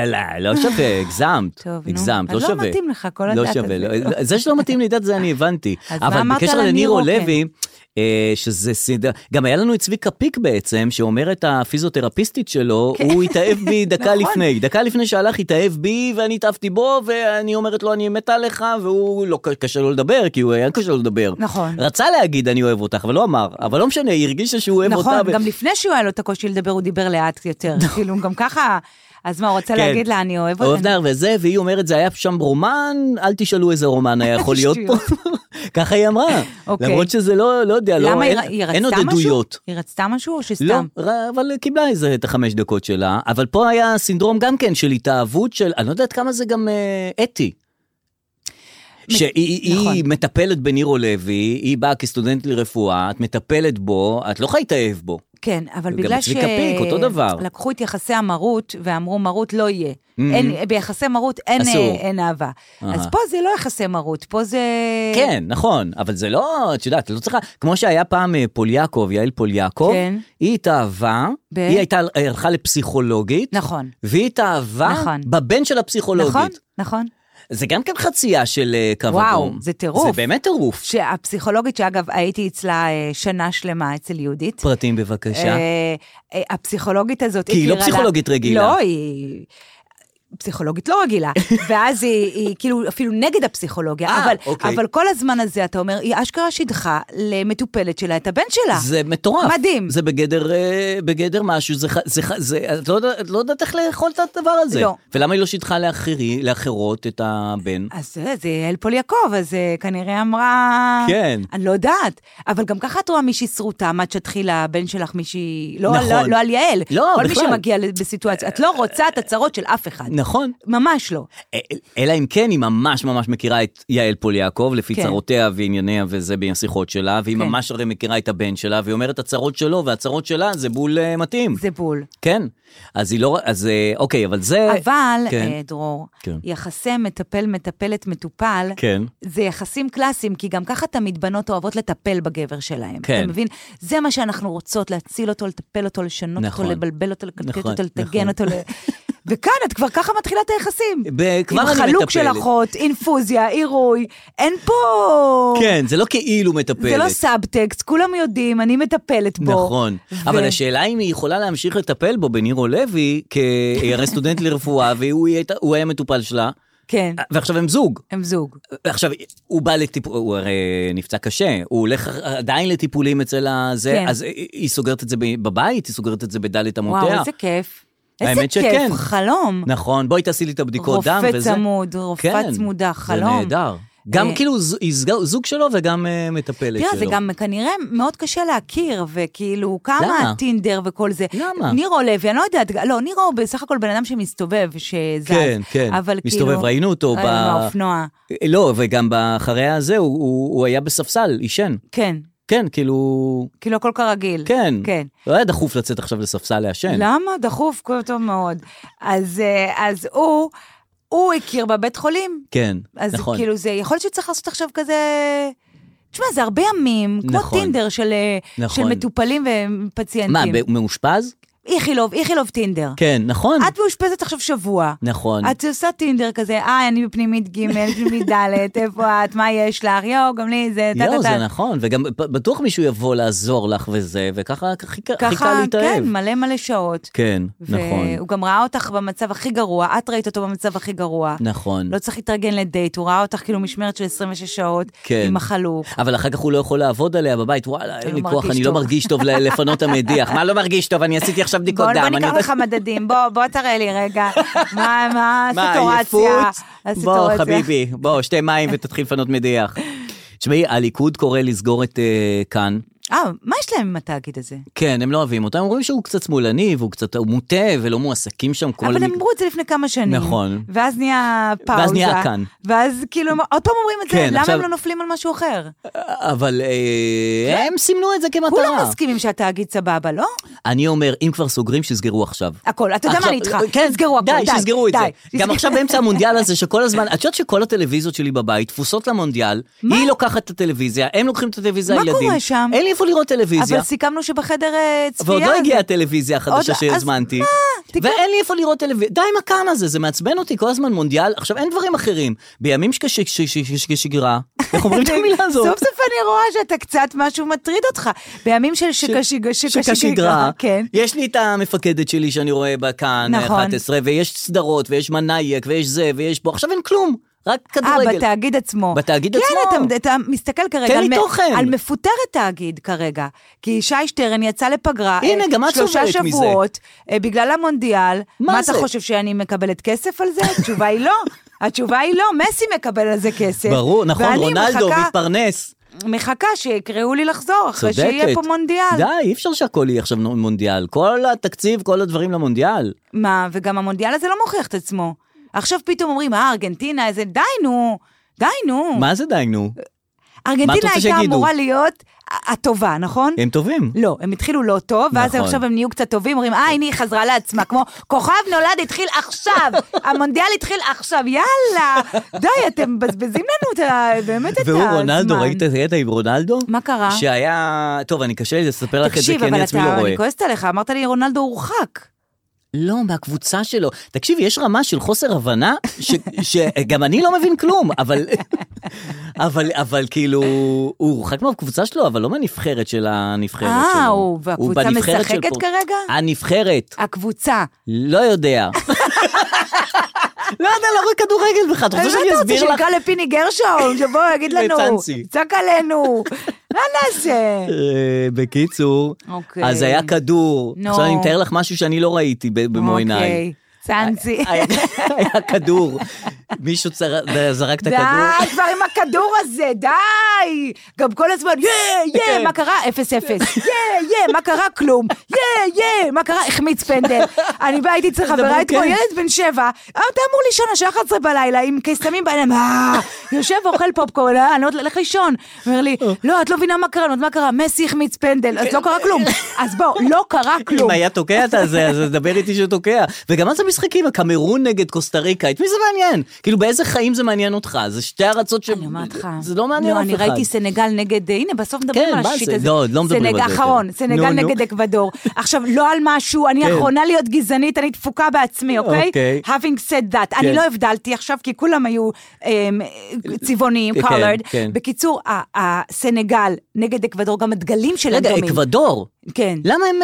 E: לא, לא שווה, הגזמת.
C: טוב, נו.
E: הגזמת,
C: אז
E: לא
C: לא
E: שווה.
C: מתאים לך כל
E: לא
C: הדת
E: שווה,
C: הזה.
E: לא- זה שלא מתאים לי דת זה אני הבנתי.
C: אז מה
E: אבל
C: אמרת
E: בקשר
C: על
E: לנירו
C: הנירו, כן.
E: לוי, אה, שזה סדר, גם היה לנו את צביקה פיק בעצם, שאומרת הפיזיותרפיסטית שלו, הוא התאהב בי דקה
C: כן. נכון.
E: לפני. דקה לפני שהלך התאהב בי, ואני התאהבתי בו, ואני אומרת לו אני מתה לך, והוא לא ק- קשה לו לדבר, כי הוא היה קשה לו לדבר.
C: נכון.
E: רצה להגיד אני אוהב אותך, אבל לא אמר, אבל לא משנה, היא הרגישה שהוא אוהב אותה.
C: נכון,
E: ו-
C: גם לפני שהוא היה לו את הקושי לדבר, הוא דיבר לאט יותר. כאילו, גם ככה... אז מה, הוא רוצה להגיד לה, אני אוהב אותך?
E: כן. אוהב נער וזה, והיא אומרת, זה היה שם רומן, אל תשאלו איזה רומן היה יכול להיות פה. ככה היא אמרה.
C: אוקיי.
E: למרות שזה לא, לא יודע, לא,
C: למה היא
E: אין-
C: ר- היא
E: אין עוד
C: רצתה משהו?
E: עדויות.
C: היא רצתה משהו או
E: לא,
C: שסתם?
E: ר- אבל קיבלה איזה את החמש דקות שלה, אבל פה היה סינדרום גם כן של התאהבות של, אני לא יודעת כמה זה גם אה, אתי. שהיא היא- היא
C: נכון.
E: מטפלת בנירו לוי, היא באה כסטודנט לרפואה, את מטפלת בו, את לא יכולה להתאהב בו.
C: כן, אבל
E: גם
C: בגלל ש...
E: צביקה פיק, אותו דבר. Mm-hmm.
C: לקחו את יחסי המרות ואמרו, מרות לא יהיה. אין, ביחסי מרות אין,
E: אסור.
C: אה, אין אהבה. אז
E: אהה.
C: פה זה לא יחסי מרות, פה זה...
E: כן, נכון, אבל זה לא, את יודעת, את לא צריכה, כמו שהיה פעם אה, פוליאקוב, יעל פוליאקוב,
C: כן.
E: היא התאהבה,
C: ב?
E: היא הייתה, אה, הלכה לפסיכולוגית,
C: נכון.
E: והיא התאהבה
C: נכון.
E: בבן של הפסיכולוגית.
C: נכון, נכון.
E: זה גם כן חצייה של אה, קו
C: וואו,
E: אדום.
C: זה טירוף.
E: זה באמת טירוף.
C: שהפסיכולוגית, שאגב, הייתי אצלה אה, שנה שלמה אצל יהודית.
E: פרטים בבקשה.
C: אה, אה, הפסיכולוגית הזאת...
E: כי היא לא
C: הכירה לה-
E: פסיכולוגית רגילה.
C: לא, היא... פסיכולוגית לא רגילה, ואז היא, היא כאילו אפילו נגד הפסיכולוגיה,
E: אה,
C: אבל,
E: אוקיי.
C: אבל כל הזמן הזה, אתה אומר, היא אשכרה שידכה למטופלת שלה את הבן שלה.
E: זה מטורף.
C: מדהים.
E: זה בגדר, אה, בגדר משהו, זה, ח- זה, ח- זה, את לא, יודע- את לא יודעת איך לאכול את הדבר הזה.
C: לא.
E: ולמה היא לא שידכה לאחרי, לאחרות את הבן?
C: אז זה, זה אל פול יעקב, אז אה, כנראה אמרה...
E: כן.
C: אני לא יודעת. אבל גם ככה את רואה מישהי שרוטה, מה תשטחי לבן שלך מישהי... לא,
E: נכון.
C: לא, לא על יעל.
E: לא,
C: כל
E: בכלל.
C: מי שמגיע ל- בסיטואציה, את לא רוצה את הצרות של אף אחד.
E: נכון.
C: ממש לא.
E: אה, אלא אם כן היא ממש ממש מכירה את יעל פול יעקב, לפי
C: כן.
E: צרותיה וענייניה וזה בין השיחות שלה, והיא
C: כן.
E: ממש הרי מכירה את הבן שלה, והיא אומרת הצרות שלו, והצרות שלה זה בול אה, מתאים.
C: זה בול.
E: כן. אז היא לא, אז אה, אוקיי, אבל זה...
C: אבל,
E: כן.
C: אה, דרור,
E: כן.
C: יחסי מטפל, מטפלת, מטופל,
E: כן.
C: זה יחסים קלאסיים, כי גם ככה תמיד בנות אוהבות לטפל בגבר שלהם.
E: כן.
C: אתה מבין? זה מה שאנחנו רוצות, להציל אותו, לטפל אותו, לשנות
E: נכון.
C: אותו, לבלבל אותו, לקלקל
E: נכון,
C: אותו,
E: נכון.
C: לטגן אותו. ל- וכאן את כבר ככה מתחילה את היחסים.
E: ב- כבר אני
C: עם חלוק
E: מטפלת.
C: של אחות, אינפוזיה, עירוי, אין פה...
E: כן, זה לא כאילו מטפלת.
C: זה לא סאבטקסט, כולם יודעים, אני מטפלת בו.
E: נכון,
C: ו-
E: אבל השאלה אם היא יכולה להמשיך לטפל בו בנירו לוי, כי היא הרי סטודנט לרפואה והוא יהיה- הוא היה מטופל שלה,
C: כן,
E: ועכשיו הם זוג.
C: הם זוג.
E: עכשיו, הוא בא לטיפול, הוא הרי נפצע קשה, הוא הולך עדיין לטיפולים אצל הזה,
C: כן.
E: אז היא- היא סוגרת את זה ב- בבית, היא סוגרת את זה בדלת אמותיה.
C: וואו, איזה כיף. איזה
E: האמת שכן.
C: כיף, חלום.
E: נכון, בואי תעשי לי את הבדיקות דם
C: רופא
E: וזה. כן,
C: צמוד, רופאה צמודה,
E: זה
C: חלום.
E: נהדר. גם
C: אה,
E: כאילו ז- היא זג- זוג שלו וגם אה, מטפלת שלו.
C: תראה, זה גם כנראה מאוד קשה להכיר, וכאילו, כמה
E: למה?
C: הטינדר וכל זה.
E: למה?
C: נירו לוי, אני לא יודעת, לא, נירו הוא בסך הכל בן אדם שמסתובב, שזז.
E: כן, כן.
C: אבל כאילו...
E: מסתובב, ראינו אותו ב-
C: ראינו באופנוע.
E: לא, וגם אחרי הזה הוא, הוא, הוא היה בספסל, עישן.
C: כן,
E: כן, כאילו...
C: כאילו הכל כרגיל.
E: כן.
C: כן. לא.
E: לא היה דחוף לצאת עכשיו לספסל לעשן.
C: למה? דחוף, כל טוב מאוד. אז, אה, אז הוא, הוא הכיר בבית חולים.
E: כן,
C: אז
E: נכון.
C: כאילו זה, יכול להיות שצריך לעשות עכשיו כזה... תשמע, זה הרבה ימים, כמו
E: נכון.
C: טינדר של, אה,
E: נכון.
C: של מטופלים ופציינטים.
E: מה, ב- מאושפז?
C: אה. איכילוב, איכילוב טינדר.
E: כן, נכון.
C: את מאושפזת עכשיו שבוע.
E: נכון.
C: את עושה טינדר כזה, אה, אני בפנימית ג', אני בפנימית ד', איפה את, מה יש לך, יואו, גם לי זה... טה,
E: לא,
C: טה,
E: זה
C: טה.
E: נכון, וגם ב- בטוח מישהו יבוא לעזור לך וזה, וככה הכי ק- הכי קל
C: ככה,
E: להתאהב.
C: כן, מלא מלא שעות.
E: כן, נכון.
C: והוא גם ראה אותך במצב הכי גרוע, את ראית אותו במצב הכי גרוע.
E: נכון.
C: לא צריך להתארגן לדייט, הוא ראה אותך כאילו משמרת של 26 שעות,
E: כן.
C: עם החלוק.
E: אבל אחר כך הוא לא יכול לעבוד עליה בבית, וואלה, אין לי
C: לא
E: כוח,
C: מרגיש
E: אני לא
C: טוב.
E: מרגיש טוב ל- לפנות המדיח. מה לא מרגיש טוב? אני עשיתי עכשיו בדיקות
C: בוא,
E: דם.
C: בוא
E: אני
C: ניקח
E: יודע-
C: לך מדדים, בוא, בוא תראה לי רגע. מה, מה
E: מה,
C: הסיטואציה?
E: עייפות? בוא, חביבי, בוא, שתי מים ותתחיל לפנות מדיח. תשמעי, הליכוד קורא לסגור את אה, כאן.
C: אה, מה יש להם עם התאגיד הזה?
E: כן, הם לא אוהבים אותו, הם אומרים שהוא קצת שמאלני, והוא קצת, הוא מוטה, ולא מועסקים שם כל...
C: אבל הם
E: מי-
C: אמרו את זה לפני כמה שנים.
E: נכון.
C: ואז נהיה פאוזה.
E: ואז נהיה כאן.
C: ואז כאילו, הם- עוד פעם אומרים את
E: כן,
C: זה, למה
E: עכשיו-
C: הם לא נופלים על משהו אחר?
E: אבל אה, הם סימנו את זה כמטרה.
C: כן. כולם מסכימים שהתאגיד סבבה, לא?
E: אני אומר, אם כבר סוגרים, שיסגרו עכשיו.
C: הכל, אתה יודע מה,
E: עכשיו-
C: אני איתך.
E: כן,
C: תסגרו הכל,
E: די, שיסגרו את
C: די.
E: זה. גם
C: שיסגרו-
E: עכשיו באמצע המונדיאל הזה, שכל הזמן, את יודעת שכל הטלוויזיות שלי בבית תפוסות למונדיאל, היא לוקחת את הטלוויזיה, הם לוקחים את הטלוויזיה,
C: מה
E: הילדים.
C: קורה שם?
E: אין לי איפה לראות טלוויזיה.
C: אבל סיכמנו שבחדר אה, צפייה...
E: ועוד לא
C: זה-
E: הגיעה הטלוויזיה החדשה
C: עוד- אז
E: שהזמנתי.
C: מה? תקרא-
E: ואין לי איפה לראות טלוויזיה. די עם הקאן הזה, זה מעצבן אותי כל הזמן מונדיאל. עכשיו, אין דברים אחרים. בימים שגרה, איך אומרים את לא המילה
C: סוף
E: הזאת?
C: סוף אני רואה שאתה קצת משהו מטריד אותך. בימים של שקשיג-
E: שגרה,
C: שקשיגרה, כן.
E: יש לי את המפקדת שלי שאני רואה בכאן,
C: נכון.
E: 11, ויש סדרות, ויש מנאייק, ויש זה, ויש פה, עכשיו אין כלום, רק
C: אה,
E: כדורגל.
C: בתאגיד עצמו.
E: בתאגיד
C: כן,
E: עצמו.
C: אתה, אתה מסתכל כרגע
E: תן
C: על,
E: לי
C: מ-
E: תוכן.
C: על מפוטרת תאגיד כרגע. כי שי שטרן יצא לפגרה.
E: הנה,
C: אה,
E: גם את
C: שלושה
E: סובלת מזה.
C: שבועות, אה, בגלל המונדיאל.
E: מה
C: מה,
E: זה?
C: אתה חושב, שאני מקבלת כסף על זה? התשובה היא לא. התשובה היא לא, מסי מקבל על זה כסף.
E: ברור, נכון,
C: ואני
E: רונלדו
C: מחכה-
E: מתפרנס.
C: מחכה שיקראו לי לחזור, אחרי
E: צודקת.
C: שיהיה פה מונדיאל.
E: די, אי אפשר שהכל יהיה עכשיו מונדיאל. כל התקציב, כל הדברים למונדיאל.
C: מה, וגם המונדיאל הזה לא מוכיח את עצמו. עכשיו פתאום אומרים, אה, ארגנטינה, איזה, די נו, די נו.
E: מה זה די, נו? מה את
C: ארגנטינה
E: רוצה
C: הייתה
E: שיגידו?
C: אמורה להיות ה- הטובה, נכון?
E: הם טובים.
C: לא, הם התחילו לא טוב, ואז
E: נכון.
C: עכשיו הם נהיו קצת טובים, אומרים, אה, הנה היא חזרה לעצמה, כמו כוכב נולד התחיל עכשיו, המונדיאל התחיל עכשיו, יאללה, די, אתם מבזבזים לנו את ה... באמת את הזמן.
E: והוא רונלדו, ראית את הידע עם רונלדו?
C: מה קרה?
E: שהיה... טוב, אני קשה לי לספר לך את זה,
C: תקשיב,
E: כי אני
C: אבל
E: עצמי לא
C: אתה,
E: רואה.
C: אני כועסת עליך, אמרת לי, רונלדו הורחק.
E: לא, מהקבוצה שלו. תקשיב, יש רמה של חוסר הבנה, ש- שגם אני לא מבין כלום, אבל... אבל, אבל כאילו, הוא הורחק מהקבוצה שלו, אבל לא מהנבחרת של הנבחרת
C: אה,
E: שלו.
C: הוא והקבוצה
E: בנבחרת של אה?
C: משחקת
E: פור-
C: כרגע?
E: הנבחרת,
C: הקבוצה.
E: לא יודע. לא יודע להרוג כדורגל בכלל, אתה רוצה
C: מה
E: שאני
C: אתה רוצה
E: אסביר לך?
C: שיקרא לפיני גרשון, שבוא יגיד לנו,
E: לצאנצי.
C: צעק עלינו, מה נעשה?
E: אה, בקיצור,
C: אוקיי.
E: אז היה כדור,
C: נו.
E: עכשיו אני מתאר לך משהו שאני לא ראיתי ב- במו עיניי. אה,
C: אוקיי, צאנצי.
E: היה היה כדור, מישהו צר- זרק את
C: די,
E: הכדור.
C: כבר עם הכדור הזה, די! גם כל הזמן, יא, יא,
E: כן.
C: מה קרה? אפס אפס. יא, יא, מה קרה? כלום. יא, יא, מה קרה? החמיץ פנדל. אני באה, הייתי אצל חברה, הייתי כמו
E: כן.
C: ילד בן שבע, "אה, אתה אמור לישון השעה 11 בלילה עם קיסמים בעיניים, "אה." יושב ואוכל פופקורן, "אה, אני עוד לך לישון. אומר לי, לא, את לא מבינה מה קרה, אני אומרת, מה קרה? מסי החמיץ פנדל, אז לא קרה כלום. אז בוא, לא קרה
E: אם
C: כלום.
E: היה תוקע את הזה, אז דבר איתי שתוקע. וגם אז המשחקים, הקמרון נגד קוסטה ריקה, את מי זה מעניין? כאילו, באיזה חיים זה מעניין אותך? זה שתי ארצות ש...
C: אני אומרת לך.
E: זה לא מעניין אף אחד.
C: אני ראיתי סנגל נגד, הנה, בסוף מדברים
E: כן,
C: על
E: מה
C: השיט
E: זה?
C: הזה.
E: לא, לא מדברים
C: סנגל-
E: על זה יותר.
C: אחרון, סנגל
E: נו, נו.
C: נגד אקוודור. עכשיו, לא על משהו, אני האחרונה להיות גזענית, אני דפוקה בעצמי, אוקיי?
E: אוקיי.
C: Having said that. אני
E: כן.
C: לא הבדלתי עכשיו, כי כולם היו אמ, צבעוניים,
E: כן,
C: colored.
E: כן.
C: בקיצור, ה- הסנגל נגד אקוודור, גם הדגלים שלהם
E: רגע, לא-
C: דומים.
E: אקוודור.
C: כן.
E: למה הם...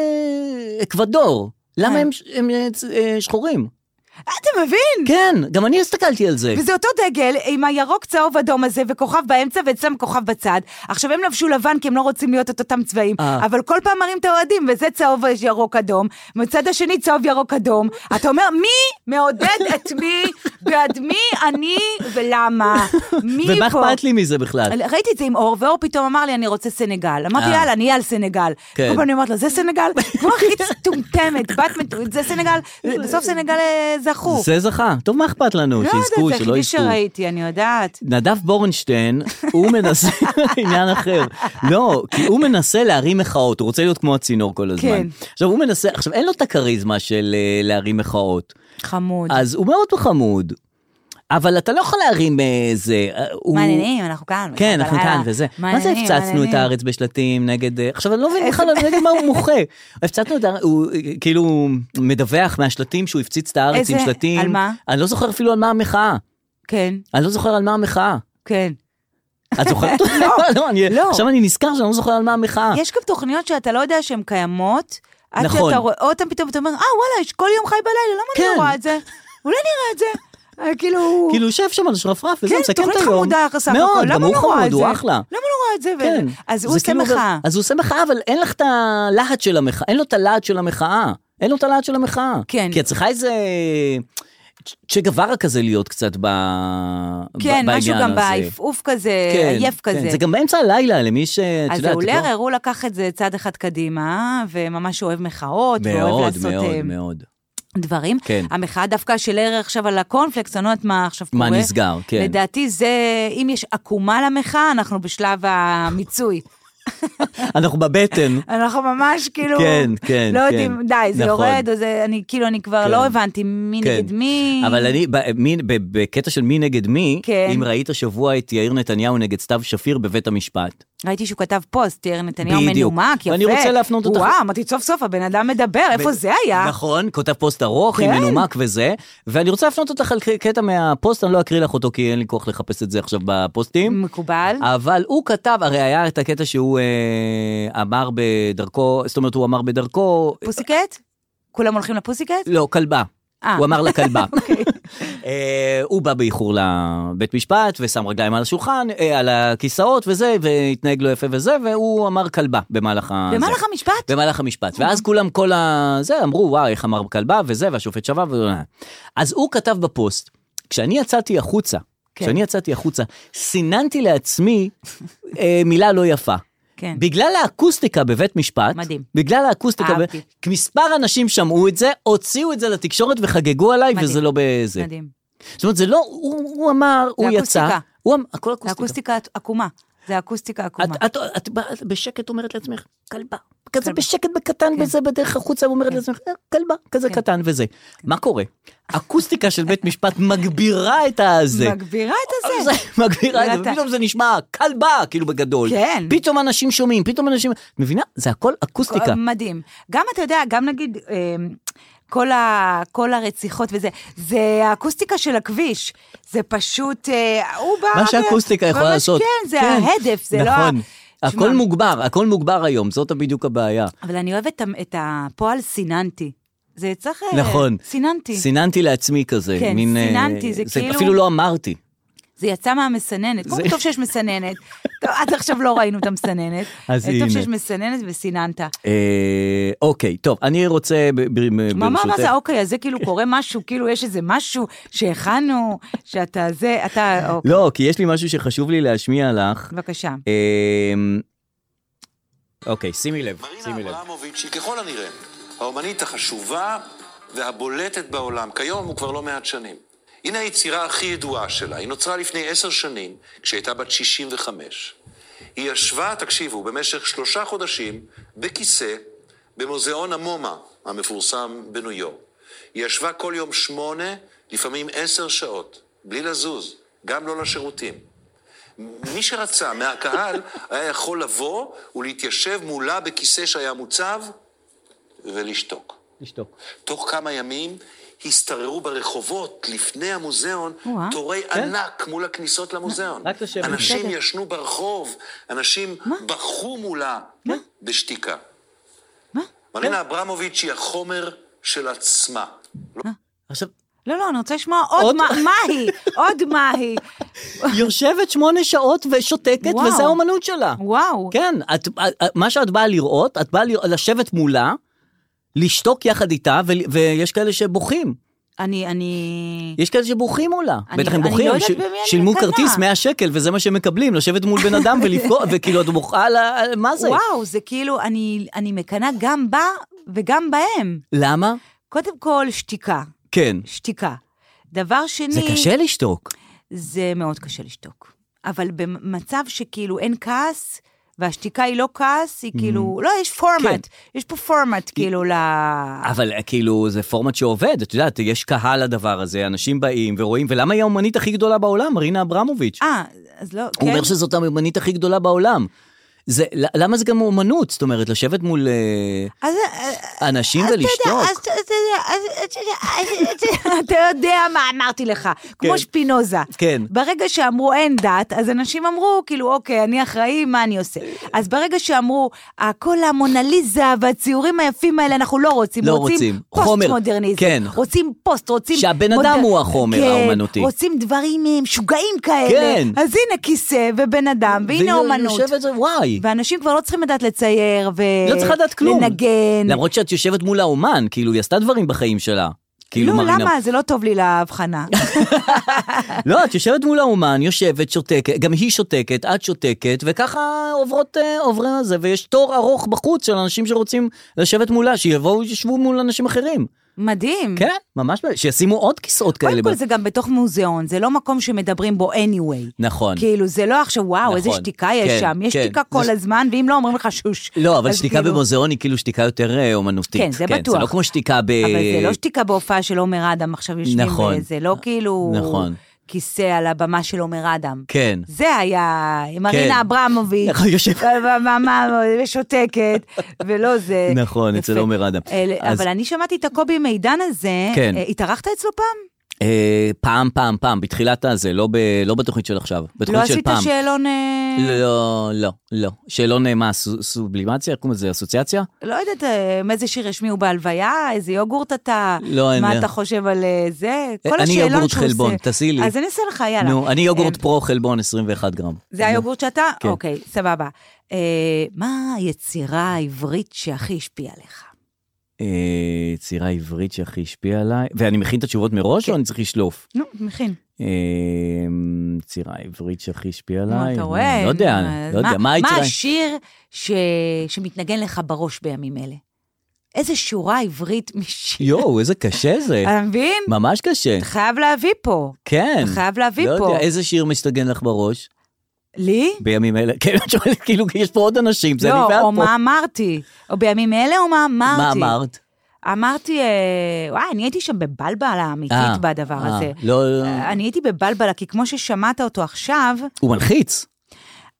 E: אה, אקוודור. למה הם ש- הם אה, צ- אה, שחורים?
C: אה, אתה מבין?
E: כן, גם אני הסתכלתי על זה.
C: וזה אותו דגל עם הירוק, צהוב, אדום הזה, וכוכב באמצע, ואצלם כוכב בצד. עכשיו, הם לבשו לבן כי הם לא רוצים להיות את אותם צבעים,
E: אה.
C: אבל כל פעם מראים את האוהדים, וזה צהוב, ירוק, אדום. מצד השני, צהוב, ירוק, אדום. אתה אומר, מי מעודד את מי, בעד מי אני ולמה? מי פה?
E: ומה אכפת לי מזה בכלל?
C: ראיתי את זה עם אור, ואור פתאום אמר לי, אני רוצה סנגל. אמרתי,
E: אה.
C: יאללה, אני אהיה על סנגל.
E: כן.
C: כל פעם אני אומרת לו, זה סנגל? כמו הכי טומטמת, בת מטורית, זה סנגל? בסוף סנגל אה, זכו.
E: זה זכה. טוב, מה אכפת לנו?
C: לא
E: שיזכו,
C: יודעת, זה
E: שלא
C: היחידי
E: יזכו.
C: שראיתי, אני יודעת.
E: נדב בורנשטיין, הוא מנסה, עניין אחר. לא, כי הוא מנסה להרים מחאות, הוא רוצה להיות כמו הצינור כל הזמן.
C: כן.
E: עכשיו, הוא מנסה, עכשיו, אין לו את הכריזמה של אה, להרים מחאות,
C: חמוד.
E: אז הוא מאוד חמוד, אבל אתה לא יכול להרים איזה...
C: מעניינים, אנחנו כאן.
E: כן, אנחנו כאן
C: בלילה.
E: וזה. מה זה
C: מעניינים,
E: הפצצנו את
C: מעניינים.
E: הארץ בשלטים נגד... אה, עכשיו, אני לא מבין בכלל נגד מה הוא מוחה. הפצצנו את הארץ, הוא אה, כאילו הוא מדווח מהשלטים שהוא הפציץ את הארץ עם
C: איזה-
E: שלטים.
C: על מה?
E: אני לא זוכר אפילו על מה המחאה.
C: כן,
E: אני לא זוכר על מה המחאה.
C: כן.
E: את זוכרת? לא, לא, אני-
C: לא.
E: עכשיו אני נזכר שאני לא זוכר על מה המחאה.
C: יש גם תוכניות שאתה לא יודע שהן קיימות, עד
E: נכון.
C: שאתה רואה אותן פתאום, אתה אומר, אה, וואלה, יש כל יום חי בלילה, למה אני
E: כן.
C: לא רואה את זה? אולי נראה את זה. אה, כאילו...
E: כאילו יושב שם על שרפרף וזה
C: כן,
E: מסכם את היום.
C: תוכנית חמודה סך הכל,
E: מאוד,
C: למה
E: גם הוא
C: לא רואה את
E: חמוד,
C: זה?
E: הוא אחלה.
C: למה לא רואה את זה? ו-
E: כן.
C: אז
E: זה
C: הוא עושה
E: כאילו עובר-
C: מחאה.
E: אז הוא עושה מחאה, אבל אין לך את הלהט של המחאה, אין לו את הלהט של המחאה. אין לו את הלהט של המחאה.
C: כן.
E: כי את צריכה איזה... צ'ה גווארה כזה להיות קצת ב... ב-
C: כן, משהו
E: בעניין
C: גם
E: הזה.
C: בעפעוף כזה,
E: כן,
C: עייף
E: כן.
C: כזה.
E: זה גם באמצע הלילה, למי ש... את
C: אז
E: יודעת,
C: זהו,
E: את לא-
C: לרר, הוא לקח את זה צעד אחד קדימה, וממש אוהב מחאות, ואוהב
E: מאוד,
C: לעשות אה,
E: מאוד, מאוד.
C: דברים.
E: כן.
C: המחאה דווקא של לרר עכשיו על הקורנפלקס, אני לא יודעת מה עכשיו
E: מה
C: קורה.
E: נסגר, כן.
C: לדעתי זה, אם יש עקומה למחאה, אנחנו בשלב המיצוי.
E: אנחנו בבטן.
C: אנחנו ממש כאילו...
E: כן, כן,
C: לא
E: כן.
C: יודעים, די, זה
E: נכון.
C: יורד, או זה, אני כאילו, אני כבר
E: כן.
C: לא הבנתי מי נגד מי.
E: אבל אני, ב- מי- ב- בקטע של מי נגד מי,
C: כן.
E: אם ראית השבוע את יאיר נתניהו נגד סתיו שפיר בבית המשפט.
C: ראיתי שהוא כתב פוסט, תיאר נתניהו
E: בדיוק.
C: מנומק, יפה.
E: ואני רוצה להפנות אותך-
C: וואו, אמרתי, סוף סוף הבן אדם מדבר, איפה זה היה?
E: נכון, כותב פוסט ארוך, עם
C: כן.
E: מנומק וזה, ואני רוצה להפנות אותך על ק- קטע מהפוסט, אני לא אקריא לך אותו כי אין לי כוח לחפש את זה עכשיו בפוסטים.
C: מקובל.
E: אבל הוא כתב, הרי היה את הקטע שהוא אה, אמר בדרכו, זאת אומרת הוא אמר בדרכו,
C: פוסיקט? כולם הולכים לפוסיקט?
E: לא, כלבה.
C: אה. אוקיי.
E: הוא אמר לכלבה. אה, הוא בא באיחור לבית משפט ושם רגליים על השולחן, אה, על הכיסאות וזה, והתנהג לא יפה וזה, והוא אמר כלבה במהלך ה...
C: במהלך
E: זה. לא,
C: המשפט?
E: במהלך המשפט.
C: אוקיי.
E: ואז כולם כל ה... זה, אמרו, וואי, איך אמר כלבה וזה, והשופט שווה ו... אז הוא כתב בפוסט, כשאני יצאתי החוצה,
C: כן.
E: כשאני יצאתי החוצה, סיננתי לעצמי אה, מילה לא יפה.
C: כן.
E: בגלל האקוסטיקה בבית משפט,
C: מדהים.
E: בגלל האקוסטיקה, ב...
C: אהבתי.
E: מספר אנשים שמעו את זה, הוציאו את זה לתקשורת וחגגו עליי,
C: מדהים.
E: וזה לא בזה.
C: מדהים.
E: זאת אומרת, זה לא, הוא, הוא אמר, הוא יצא,
C: אקוסטיקה.
E: הוא אמר, הכל
C: זה
E: אקוסטיקה.
C: אקוסטיקה עקומה. זה אקוסטיקה
E: את,
C: עקומה.
E: את, את, בא- את בשקט אומרת לעצמך, כלבה. כזה
C: כלבה.
E: בשקט בקטן
C: כן.
E: בזה, בדרך החוצה, ואומרת
C: כן.
E: לעצמך, "אה, כלבה, כזה
C: כן.
E: קטן וזה. מה קורה? אקוסטיקה של בית משפט מגבירה את הזה.
C: מגבירה את הזה.
E: זה מגבירה את זה,
C: ואתה-
E: ופתאום זה נשמע כלבה, כאילו בגדול.
C: כן.
E: פתאום אנשים שומעים, פתאום אנשים... מבינה? זה הכל אקוסטיקה.
C: מדהים. גם, אתה יודע, גם נגיד, אמ, כל, ה, כל הרציחות וזה, זה האקוסטיקה של הכביש. זה פשוט, אה, הוא בא...
E: מה שהאקוסטיקה
C: ו-
E: יכולה
C: ממש
E: לעשות.
C: כן, זה ההדף, זה לא... ה-
E: נכון. הכל
C: שמע,
E: מוגבר, הכל מוגבר היום, זאת בדיוק הבעיה.
C: אבל אני אוהבת את ה- את הפועל סיננתי. זה צריך... אה,
E: נכון.
C: סיננתי.
E: סיננתי לעצמי כזה.
C: כן,
E: מין, אה,
C: סיננתי, זה כאילו-
E: אפילו לא אמרתי.
C: זה יצא מהמסננת. קודם כל טוב שיש מסננת. טוב, עד עכשיו לא ראינו את המסננת. אה,
E: אז
C: טוב
E: הנה.
C: שיש מסננת וסיננת.
E: אה, אוקיי, טוב, אני רוצה ב- ב-
C: מה, מה, מה
E: ברשותך.
C: זה אוקיי, אז זה כאילו קורה משהו, כאילו יש איזה משהו שהכנו, שאתה זה, אתה, אוקיי,
E: לא, כי יש לי משהו שחשוב לי להשמיע לך.
C: בבקשה.
E: אמ, אוקיי, שימי לב,
F: מרינה
E: שימי לב.
F: אברמוביץ' היא ככל הנראה האומנית החשובה והבולטת בעולם, כיום וכבר לא מעט שנים. הנה היצירה הכי ידועה שלה, היא נוצרה לפני עשר שנים, כשהייתה בת 65. היא ישבה, תקשיבו, במשך שלושה חודשים בכיסא במוזיאון המומה המפורסם בניו יורק. היא ישבה כל יום שמונה, לפעמים עשר שעות, בלי לזוז, גם לא לשירותים. מי שרצה מהקהל היה יכול לבוא ולהתיישב מולה בכיסא שהיה מוצב ולשתוק.
E: תשתוק.
F: תוך כמה ימים השתררו ברחובות לפני המוזיאון
C: או-אה.
F: תורי ענק מול הכניסות למוזיאון.
E: רק לשבת.
F: אנשים
C: בסדר.
F: ישנו ברחוב, אנשים בכו מולה בשתיקה.
C: מה?
F: מרינה אברמוביץ' היא החומר של עצמה.
E: עכשיו,
C: לא, לא, אני רוצה לשמוע עוד
E: עוד-
C: מה מה היא, עוד מה היא.
E: יושבת שמונה שעות ושותקת,
C: וואו.
E: וזה האומנות שלה.
C: וואו.
E: כן, את, את, מה שאת באה לראות, את באה לראות, לשבת מולה, לשתוק יחד איתה, ו, ויש כאלה שבוכים.
C: אני, אני...
E: יש כאלה שבוכים מולה.
C: אני-
E: בטח הם
C: אני
E: בוכים,
C: לא
E: הם
C: יודעת
E: ש-
C: במי אני
E: שילמו
C: מקנאה.
E: כרטיס 100 שקל, וזה מה שהם מקבלים, לשבת מול בן אדם ולבכות, וכאילו את בוכה על ה- על מה זה?
C: וואו, זה כאילו, אני, אני מקנאה גם בה וגם בהם.
E: למה?
C: קודם כל, שתיקה.
E: כן.
C: שתיקה. דבר שני...
E: זה קשה לשתוק.
C: זה מאוד קשה לשתוק. אבל במצב שכאילו אין כעס, והשתיקה היא לא כעס,
E: Mm-hmm.
C: היא כאילו, לא, יש פורמט, יש פה פורמט כאילו ל...
E: אבל כן. אה, כאילו, זה פורמט שעובד, את יודעת, יש קהל לדבר הזה, אנשים באים ורואים, ולמה היא האומנית הכי גדולה בעולם, מרינה אברמוביץ'?
C: אה, אז לא,
E: הוא
C: כן,
E: אומר שזאת האומנית הכי גדולה בעולם. זה, ל- למה זה גם אומנות? זאת אומרת, לשבת מול אה,
C: אז אה,
E: אנשים
C: אז אתה יודע,
E: ולשתוק.
C: אז אתה יודע, אז אתה יודע, אז אתה יודע, אתה יודע מה אמרתי לך, כמו שפינוזה.
E: כן.
C: ברגע שאמרו אין דת, אז אנשים אמרו, כאילו, אוקיי, אני אחראי, מה אני עושה? אז ברגע שאמרו, "אה, כל המונליזה והציורים היפים האלה, אנחנו לא רוצים,
E: לא
C: רוצים
E: רוצים.
C: פוסט
E: חומר.
C: מודרניזם.
E: כן.
C: רוצים פוסט, רוצים...
E: שהבן אדם
C: מודר-
E: הוא החומר
C: כן,
E: האומנותי.
C: רוצים דברים אה, משוגעים כאלה.
E: כן. לא
C: אז הנה כיסא ובן אדם, והנה אומנות.
E: יושבת זה, וואי.
C: ואנשים כבר לא צריכים לדעת לצייר ו...
E: לא צריכה לדעת כלום.
C: לנגן.
E: למרות שאת יושבת מול האומן, כאילו, היא עשתה דברים בחיים שלה. כאילו,
C: לא,
E: מרינה...
C: למה? זה לא טוב לי להבחנה.
E: לא, את יושבת מול האומן, יושבת, שותקת, גם היא שותקת, את שותקת, וככה עוברות, אה, עוברי זה, ויש תור ארוך בחוץ של אנשים שרוצים לשבת מולה, שיבואו, ישבו מול אנשים אחרים.
C: מדהים.
E: כן, ממש, שישימו עוד כיסאות כאלה.
C: Mm. קודם כל
E: ב-
C: זה גם בתוך מוזיאון, זה לא מקום שמדברים בו anyway.
E: נכון.
C: כאילו, זה לא עכשיו, וואו, איזה
E: נכון.
C: שתיקה יש
E: כן,
C: שם. יש
E: כן.
C: שתיקה כל
E: זה-
C: הזמן, ואם לא אומרים לך שוש.
E: לא, אבל
C: אז
E: שתיקה
C: כאילו-
E: במוזיאון היא כאילו שתיקה יותר אה, אומנותית.
C: כן, זה בטוח.
E: זה לא כמו שתיקה ב...
C: אבל זה לא שתיקה בהופעה של עומר אדם, עכשיו יושבים,
E: נכון.
C: וזה לא כאילו...
E: נכון.
C: כיסא על הבמה של עומר אדם.
E: כן.
C: זה היה מרינה אברמוביץ', אה,
E: נכון, יושב-
C: בממה ושותקת, אה, ולא זה.
E: נכון, אצל
C: יפה.
E: עומר אדם.
C: אל-
E: אז-
C: אבל אני שמעתי את הקובי מידן הזה,
E: כן.
C: אה, התארחת אצלו פעם?
E: אה, פעם, פעם, פעם, בתחילת הזה, לא ב- לא בתוכנית של עכשיו,
C: לא
E: בתוכנית של
C: עשית
E: פעם.
C: שאלון... אה,
E: לא, לא, לא. שאלון אה, מה, סו- סובלימציה? איך קוראים לזה? אסוציאציה?
C: לא יודעת אה, מאיזה שיר ישמיעו בהלוויה, איזה יוגורט אתה,
E: לא, אין
C: מה
E: לי.
C: אתה חושב על אה, זה, כל
E: אני
C: השאלון שהוא עושה.
E: יוגורט חלבון, תעשי לי.
C: אז אני אעשה לך, יאללה.
E: נו, אני יוגורט
C: אה,
E: פרו חלבון 21 גרם.
C: זה היוגורט שאתה?
E: כן.
C: אוקיי, סבבה. אה, מה היצירה העברית שהכי השפיעה עליך?
E: אה, יצירה עברית שהכי השפיעה עליי, ואני מכין את התשובות מראש
C: כן.
E: או אני צריך לשלוף?
C: נו, מכין.
E: אה, יצירה עברית שהכי השפיעה
C: נו,
E: עליי?
C: אתה רואה?
E: לא יודע,
C: אה,
E: לא יודע, מה היצירה?
C: מה השיר ש- שמתנגן לך בראש בימים אלה? איזה שורה עברית משיר?
E: יואו, איזה קשה זה.
C: אתה מבין?
E: ממש קשה.
C: אה, אתה חייב להביא פה.
E: אה, כן.
C: אתה חייב להביא
E: לא
C: פה.
E: יודע, איזה שיר מסתגן לך בראש
C: לי?
E: בימים אלה? כן, את שואלת, כאילו, יש פה עוד אנשים, זה אני
C: לא,
E: ואת
C: או
E: פה.
C: מה אמרתי. או בימים אלה או מה
E: מה
C: אמרתי.
E: אמרת?
C: אמרתי, אה, וואי, אני הייתי שם בבלבלה האמיתית
E: אה,
C: בדבר
E: אה,
C: הזה.
E: לא, לא.
C: אה, אני הייתי בבלבלה, כי כמו ששמעת אותו עכשיו,
E: הוא מלחיץ.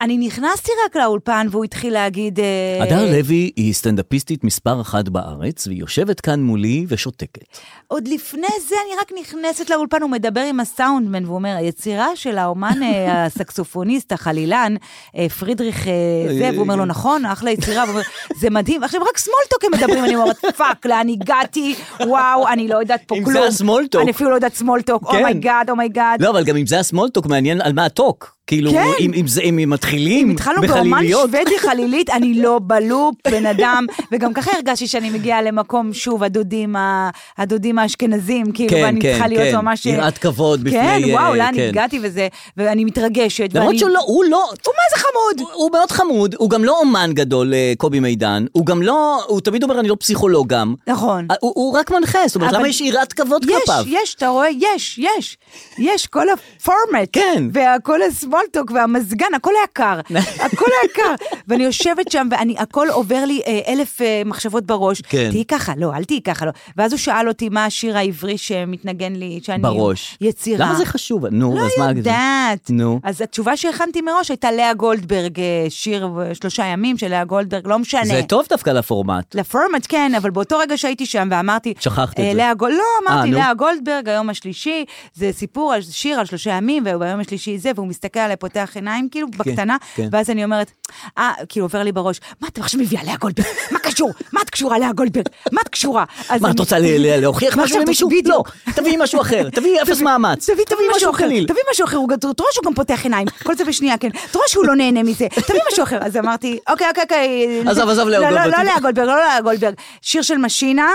C: אני נכנסתי רק לאולפן והוא התחיל להגיד... אה,
E: הדר לוי היא סטנדאפיסטית מספר אחת בארץ, והיא יושבת כאן מולי ושותקת.
C: עוד לפני זה אני רק נכנסת לאולפן, הוא מדבר עם הסאונדמן, והוא אומר, היצירה של האומן אה, הסקסופוניסט, החלילן, אה, פרידריך אה, זה, והוא אומר לו, נכון, אחלה יצירה, והוא אומר, זה מדהים. עכשיו רק סמולטוק הם מדברים, אני אומרת, פאק, לאן הגעתי, וואו, אני לא יודעת פה
E: אם
C: כלום.
E: זה הסמולטוק.
C: אני אפילו לא יודעת סמולטוק,
E: כן.
C: אומייגאד, אומייגאד.
E: לא, אבל גם אם זה הסמולטוק, מעניין על מה הטוק. כאילו,
C: כן.
E: אם, אם, זה, אם מתחילים
C: התחלנו באומן
E: בחליליות.
C: שוודי חלילית, אני לא בלופ, בן אדם, וגם ככה הרגשתי שאני מגיעה למקום, שוב, הדודים, ה- הדודים האשכנזים, כאילו,
E: כן,
C: ואני
E: כן,
C: צריכה להיות
E: כן.
C: ממש...
E: יראת כבוד
C: כן,
E: בפני,
C: וואו,
E: אה,
C: לאן
E: כן.
C: הגעתי וזה, ואני מתרגשת.
E: למרות
C: ואני-
E: שהוא לא, הוא לא...
C: הוא מה זה חמוד?
E: הוא- הוא מאוד חמוד, הוא גם לא אומן גדול, אה, קובי מידן, הוא גם לא, הוא תמיד אומר, אני לא פסיכולוג גם.
C: נכון.
E: אה, הוא, הוא רק מנחה, זאת אומרת,
C: אבל-
E: למה יש יראת כבוד
C: יש,
E: כלפיו?
C: יש, אתה רואה? יש, יש. יש, כל הפורמט.
E: כן.
C: והכל הסמולטוק והמזגן, הכל היה קר.
E: נכון.
C: הכל היה קר. ואני יושבת שם, והכל עובר לי אה, אלף אה, מחשבות בראש.
E: כן.
C: תהיי ככה, לא, אל תהיי ככה, לא. ואז הוא שאל אותי מה השיר העברי שמתנגן לי, שאני...
E: בראש.
C: יצירה.
E: למה זה חשוב? נו, אז מה...
C: לא יודעת.
E: נו.
C: אז התשובה שהכנתי מראש הייתה לאה גולדברג, אה, שיר אה, שלושה ימים של לאה גולדברג, לא משנה.
E: זה טוב דווקא לפורמט.
C: לפורמט כן, אבל באותו רגע שהייתי שם ואמרתי...
E: שכחת את
C: אה,
E: זה.
C: לאה גול... לא, אמרתי
E: נו.
C: לאה גולדברג, היום השלישי, זה סיפור, על שיר על שלושה ימים, וביום השלישי זה, והוא מסתכל עליי, פותח עיניים, כאילו, בקטנה,
E: כן.
C: ואז אני אומרת, אה, כאילו עובר לי בראש, מה אתה עכשיו מביאה לאה גולדברג? מה קשור? מה את קשורה לאה גולדברג? מה את קשורה? אז
E: מה,
C: אני-
E: את רוצה ל- ל- להוכיח
C: מה
E: משהו
C: עכשיו,
E: למישהו?
C: בדיוק.
E: לא, תביאי משהו אחר, תביאי אפס מאמץ.
C: תביא, תביא משהו אחר,
E: קליל.
C: תביא משהו אחר, הוא גם- אתה רואה שהוא גם פותח עיניים, כל זה בשנייה, כן. אתה רואה שהוא לא נהנה מזה, תביא משהו אחר. אז אמרתי, אוקיי, אוקיי, אוקיי.
E: עזוב, עזוב, לאו
C: לא, לא,
E: גולדברג.
C: לא לאה גולדברג, לא לאה גולדברג. שיר של משינה,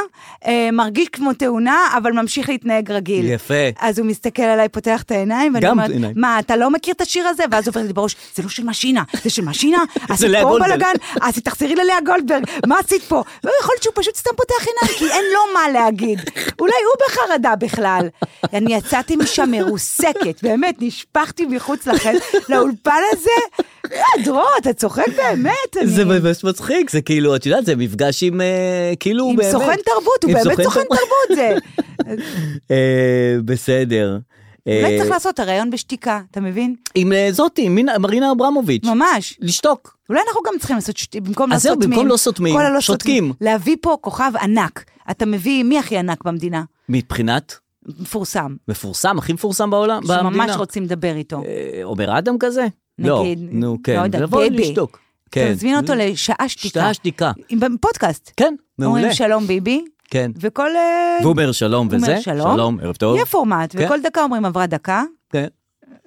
C: אה, מרגיש כמו תאונה, אבל ממשיך להתנהג רגיל.
E: יפה.
C: אז הוא מסתכל עליי, פותח את העיניים, ואני
E: גם
C: אומרת,
E: עיניים.
C: מה, אתה לא מכיר את השיר הזה? ואז עובר לי בראש, זה לא של משינה, זה של משינה, עשית
E: לאה
C: פה
E: גולדברג.
C: בלאגן, אז תחזרי ללאה גולדברג, מה עשית פה? לא יכול להיות שהוא פשוט סתם פותח עיניים, כי אין לו מה להגיד. אולי הוא בחרדה בכלל. אני יצאתי משם מרוסקת, באמת, נשפכתי מחוץ לחדר, לאולפן הזה. אה, דרור, אתה צוחק באמת, אני...
E: זה ממש מצחיק, זה כאילו, את יודעת, זה מפגש עם אה, כאילו
C: עם
E: באמת...
C: סוכן תרבות, הוא
E: עם
C: באמת סוכן
E: תרבות.
C: תרבות זה.
E: אה, בסדר.
C: אולי
E: אה,
C: צריך לעשות את הראיון בשתיקה, אתה מבין?
E: עם אה, זאתי, מינה- מרינה אברמוביץ'.
C: ממש.
E: לשתוק.
C: אולי אנחנו גם צריכים לעשות שתי... במקום לא
E: אז זהו,
C: סותמים.
E: במקום לא סותמים,
C: כל הלא
E: שותקים.
C: סותמים. להביא פה כוכב ענק. אתה מביא, מי הכי ענק במדינה?
E: מבחינת
C: מפורסם.
E: מפורסם, הכי מפורסם בעולם, במדינה.
C: שממש רוצים לדבר איתו.
E: אה, עומר אדם כזה? לא,
C: נגיד,
E: נו, כן.
C: לא יודעת,
E: לבוא
C: ביבי.
E: לשתוק. כן.
C: תזמין אותו לשעה שתיקה.
E: שעה שתיקה.
C: עם פודקאסט.
E: כן, מעולה.
C: אומרים שלום ביבי,
E: כן.
C: וכל... אה,
E: והוא אומר שלום
C: הוא אומר
E: וזה,
C: שלום.
E: שלום, ערב טוב.
C: יהיה פורמט,
E: כן.
C: וכל דקה אומרים עברה דקה.
E: כן.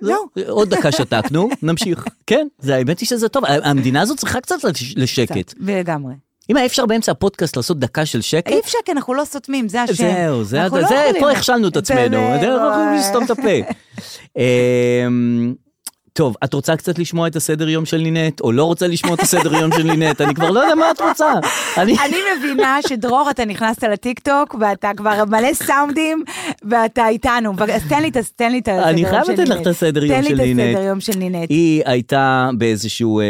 C: לא.
E: זהו, עוד דקה שתקנו, נמשיך. כן, זה, האמת היא שזה טוב. המדינה הזאת צריכה קצת לש- לשקט.
C: קצת, לגמרי.
E: אם היה אפשר באמצע הפודקאסט לעשות דקה של שקט,
C: אי אפשר, כי אנחנו לא סותמים, זה השם.
E: זהו, זה,
C: אנחנו
E: הד-
C: לא
E: זה,
C: יכולים.
E: פה הכשלנו את עצמנו,
C: באמת,
E: זהו, אנחנו
C: וואי.
E: נסתום את הפה. אמ, טוב, את רוצה קצת לשמוע את הסדר יום של לינט, או לא רוצה לשמוע את הסדר יום של לינט? אני כבר לא יודע מה את רוצה. אני...
C: אני מבינה שדרור, אתה נכנסת לטיקטוק, ואתה כבר מלא סאונדים, ואתה איתנו. אז תן לי את ה- תן לי את הסדר יום של
E: אני
C: נינט.
E: חייב לתת לך את הסדר יום
C: תן
E: של
C: לי את הסדר
E: לינט.
C: יום של נינט.
E: היא הייתה באיזשהו, אה,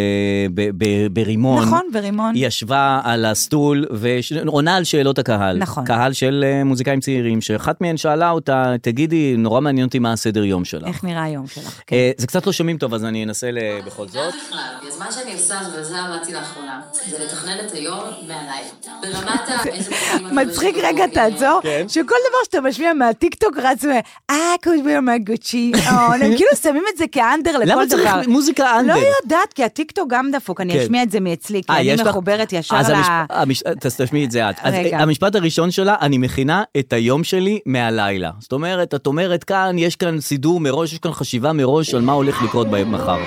E: ב- ב- ברימון.
C: נכון, ורימון.
E: היא ישבה על הסטול ועונה על שאלות הקהל.
C: נכון.
E: קהל של אה, מוזיקאים צעירים, שאחת מהן שאלה אותה, תגידי, נורא מעניין אותי מה הסדר יום שלך.
C: איך נראה היום שלך? כן.
E: אה, זה קצת לא שומעים טוב, אז אני אנסה ל- בכל זאת.
G: לא בכלל. אז מה שאני עושה, ועל זה עבדתי לאחרונה, זה לתכנן את היום מהלילה. ברמת ה... איזה מקום אני
C: מצחיק
G: בבוקר,
C: רגע, תעצור,
E: כן.
C: שכל דבר שאתה משמיע מהטיקטוק רץ, ו- אה, קודש ביום הגוצ'י, אה, הם כאילו שמים את זה כאנדר לכל דבר.
E: למה צריך מוזיקה אנדר?
C: לא יודעת, כי הטיקטוק גם דפוק,
E: כן.
C: אני אשמיע את זה מאצלי, כי
E: אה,
C: אני
E: יש לך-
C: מחוברת ישר
E: אז
C: ל...
E: המשפ- המש- אז תשמיעי את זה את. אז,
C: רגע.
E: אה, המשפט הראשון שלה, אני מכינה את היום שלי מהלילה. זאת אומרת, את אומרת כאן, יש כאן סידור מראש, יש כאן חשיבה מראש על מה הולך לקרות ב- מחר.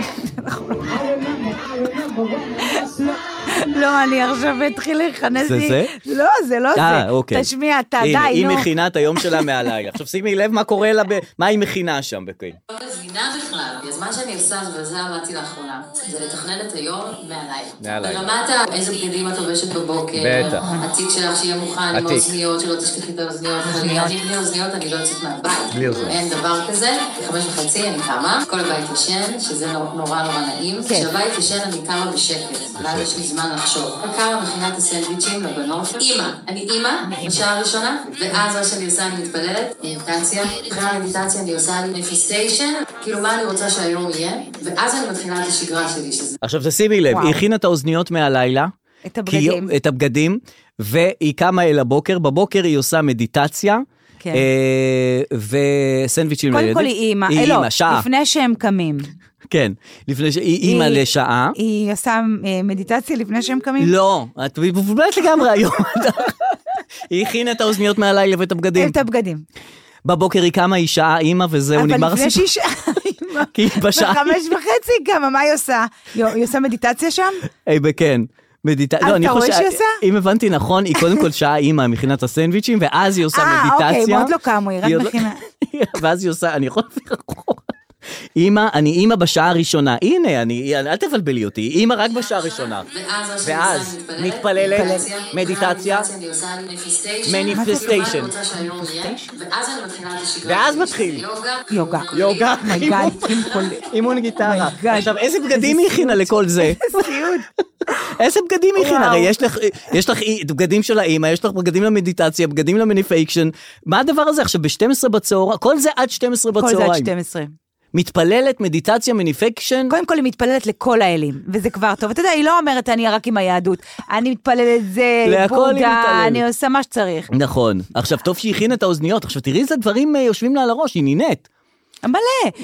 C: לא, אני עכשיו אתחיל להיכנס
E: זה
C: לי...
E: זה?
C: לא, זה לא
E: אה,
C: זה.
E: אוקיי.
C: תשמיע אתה, די, נו.
E: הנה, היא מכינה את היום שלה מהלילה. עכשיו שימי לב מה קורה לה, ב- מה היא מכינה שם. בקי.
G: לא מבינה בכלל. אז מה שאני עושה, ועל זה עבדתי לאחרונה, זה לתכנן את היום מהלילה.
E: מהלילה.
G: ברמת ה... איזה בגדים את לובשת בבוקר.
E: בטח.
G: התיק שלך שיהיה מוכן עם
E: התיק.
G: האוזניות, שלא תשכחי את האוזניות. אני בלי אוזניות, אני לא יוצאת מהבית.
E: בלי אוזניות.
G: אין דבר כזה. בחמש וחצי אני קמה, כן. כל הבית ישן, שזה נורא נורא נורא נעים. כשהבית ישן אני קמה בשקט. ואז יש לי זמן לחשוב. לחשוב. קקאו מכינה את הסנדוויצ'ים לבנות. אימא, אני אימא בשעה הראשונה, ואז מה שאני עושה, אני מתפללת, מדיטציה. אחרי המדיטציה אני עושה מניפיסטיישן, כאילו מה אני רוצה שהיום יהיה, ואז אני מתחילה את השגרה שלי, שזה
E: עכשיו תשימי לב,
C: וואו.
E: היא הכינה את האוזניות מהלילה.
C: את הבגדים.
E: כי, את הבגדים, והיא קמה אל הבוקר, בבוקר היא עושה מדיטציה.
C: כן.
E: אה, וסנדוויצ'ים
C: קודם
E: לילדים.
C: כל היא אימא,
E: היא
C: אה, לא,
E: אימא, שעה.
C: לפני שהם קמים.
E: כן, לפני שהיא אימא
C: היא-
E: לשעה.
C: היא עושה אה, מדיטציה לפני שהם קמים?
E: לא, את מבולבלת לגמרי היום. היא הכינה את האוזניות מהלילה ואת הבגדים.
C: את הבגדים.
E: בבוקר היא קמה, היא שעה אימא, וזהו, נגמר
C: אבל לפני
E: הסיפור.
C: שהיא שעה,
E: כי היא בשעה-
C: בחמש וחצי היא קמה, מה היא עושה? היא היא עושה מדיטציה שם?
E: היי, כן. מדיטציה,
C: אה, אתה רואה שהיא עושה?
E: אם הבנתי נכון, היא קודם כל שעה אימא מכינה את הסנדוויצ'ים, ואז היא עושה
C: אה,
E: מדיטציה.
C: אוקיי, הם עוד לא קמו, היא רק
E: עוד לא-
C: מכינה.
E: ואז היא עושה, אני יכול להעביר אחורה. אימא, אני אימא בשעה הראשונה. הנה, אני, אל תבלבלי אותי, אימא רק בשעה הראשונה.
G: ואז מה שאני עושה,
E: ואז
G: אני
E: מתפללת, מדיטציה.
G: מדיטציה, אני עושה מניפיסטיישן,
E: מניפיסטיישן.
G: כאילו, מה אני רוצה שהיום יהיה, ואז אני מתחילה את השגרה,
E: ואז
G: שלי,
E: מתחיל.
G: שזה יוגה,
C: יוגה.
E: יוגה,
C: מגד,
E: אימון- אימון
C: Oh
E: גיטרה. עכשיו, איזה בגדים היא הכינה לכל זה?
C: סיוד.
E: איזה בגדים היא הכינה?
C: וואו.
E: הרי יש לך, יש לך אי- בגדים של האימא, יש לך בגדים למדיטציה, בגדים למניפייקשן. מה הדבר הזה עכשיו, ב-12 בצהריים? כל זה עד 12
C: כל זה עד
E: בצהריים.
C: 12.
E: מתפללת, מדיטציה, מניפייקשן.
C: קודם כל היא מתפללת לכל האלים, וזה כבר טוב. אתה יודע, היא לא אומרת אני רק עם היהדות. אני מתפללת זה,
E: להכל היא
C: בודה,
E: מתפללת.
C: אני עושה מה שצריך.
E: נכון. עכשיו, טוב שהיא הכינה את האוזניות. עכשיו, תראי איזה דברים אה, יושבים לה על הראש, היא נינט.
C: מלא.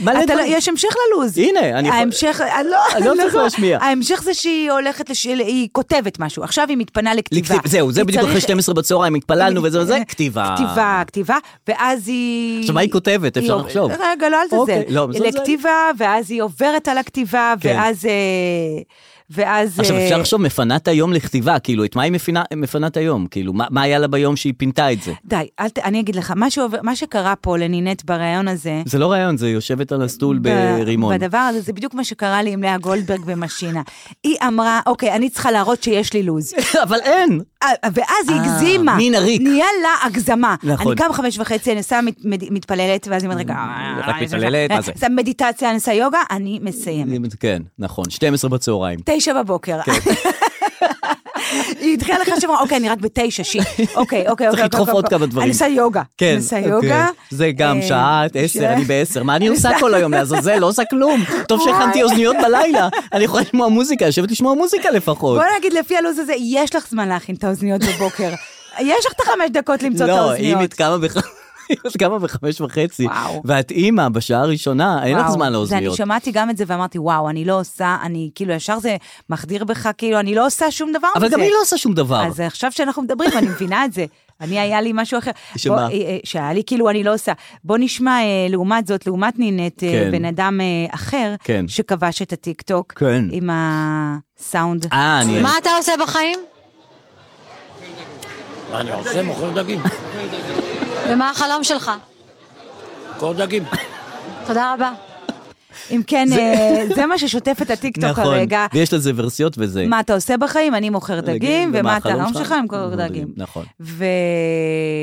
E: מלא
C: אתה לא-
E: דברים.
C: יש המשך ללו"ז.
E: הנה, אני יכול-
C: ההמשך, אה, לא,
E: אני לא צריך
C: נכון.
E: להשמיע.
C: ההמשך זה שהיא הולכת, לש- היא כותבת משהו. עכשיו היא מתפנה לכתיבה.
E: לכתיב- זהו, זה
C: היא
E: בדיוק אחרי
C: צריך- אה,
E: 12 בצהריים, התפללנו וזה וזה, אה, כתיבה.
C: כתיבה, כתיבה, ואז היא...
E: עכשיו, מה היא כותבת? אפשר
C: היא-
E: לחשוב.
C: רגע, לא אל
E: אוקיי,
C: תזלזל.
E: לא, מזלזל.
C: לכתיבה, ואז היא עוברת על הכתיבה,
E: כן.
C: ואז... אה, ואז...
E: עכשיו,
C: אה,
E: אפשר לחשוב, מפנה את היום לכתיבה, כאילו, את מה היא מפנה- מפנה את היום? כאילו, מה מה היה לה ביום שהיא פינתה את זה?
C: די, אל ת, אני אגיד לך, מה, שעובר, מה שקרה פה לנינט בריאיון הזה,
E: זה לא רעיון, זה יושבת על הסטול
C: ב-
E: ברימון.
C: בדבר הזה, זה בדיוק מה שקרה לי עם לאה גולדברג במשינה. היא אמרה, אוקיי, אני צריכה להראות שיש לי לו"ז.
E: אבל אין.
C: אה, ואז היא
E: אה,
C: הגזימה.
E: מין עריק.
C: נהיה לה הגזמה.
E: נכון.
C: אני קם חמש וחצי, אני עושה מת- מד- מתפללת, ואז היא אומרת, רגע,
E: את
C: אה,
E: מתפללת? מה זה?"
C: עושה מדיטציה, אני עושה יוגה, אני מסיימת.
E: כן, נכון, 12 בצהריים.
C: תשע בבוקר.
E: כן.
C: היא התחילה לך שאמרה, אוקיי, אני רק בתשע, שיט. אוקיי, אוקיי, אוקיי.
E: צריך לדחוף
C: אוקיי,
E: עוד
C: אוקיי.
E: כמה דברים.
C: אני עושה יוגה. אני
E: כן,
C: עושה יוגה.
E: כן. זה גם
C: אה,
E: שעה, עשר,
C: זה-
E: אני בעשר. מה אני עושה
C: עושה-
E: כל היום לעזאזל? לא עושה כלום. טוב
C: וואי.
E: שהכנתי אוזניות בלילה, אני יכולה לשמוע מוזיקה, לשבת לשמוע מוזיקה לפחות.
C: בוא נגיד, לפי הלו"ז הזה, יש לך זמן להכין את האוזניות בבוקר. יש לך את החמש דקות למצוא את
E: לא, אם
C: האוזניות.
E: את קמה בח... אם את קמה בחמש וחצי,
C: וואו.
E: ואת אימא בשעה הראשונה, אין לך
C: וואו,
E: זמן
C: זה, אני
E: לאוזניות.
C: שמעתי גם את זה ואמרתי, וואו, אני לא עושה, אני כאילו ישר זה מחדיר בך, כאילו, אני לא עושה שום דבר מזה.
E: אבל גם היא לא עושה שום דבר.
C: אז עכשיו שאנחנו מדברים, אני מבינה את זה. אני, היה לי משהו אחר.
E: שמה?
C: בוא, אה, אה, שהיה לי כאילו, אני לא עושה. בוא נשמע, אה, לעומת זאת, לעומת נינט, אה,
E: כן.
C: בן אדם אה, אחר,
E: כן.
C: שכבש את הטיקטוק,
E: כן.
C: עם הסאונד.
E: אה, אני...
H: מה אתה עושה בחיים?
I: מה אני עושה? מוכר דגים.
H: ומה החלום שלך?
I: מוכר דגים.
H: תודה רבה.
C: אם כן, אה, זה מה ששוטף את הטיקטוק
E: נכון.
C: כרגע.
E: ויש לזה ורסיות וזה.
C: מה אתה עושה בחיים? אני מוכר דגים, ומה אתה החלום שלך? אני מוכר דגים.
E: נכון.
C: ו...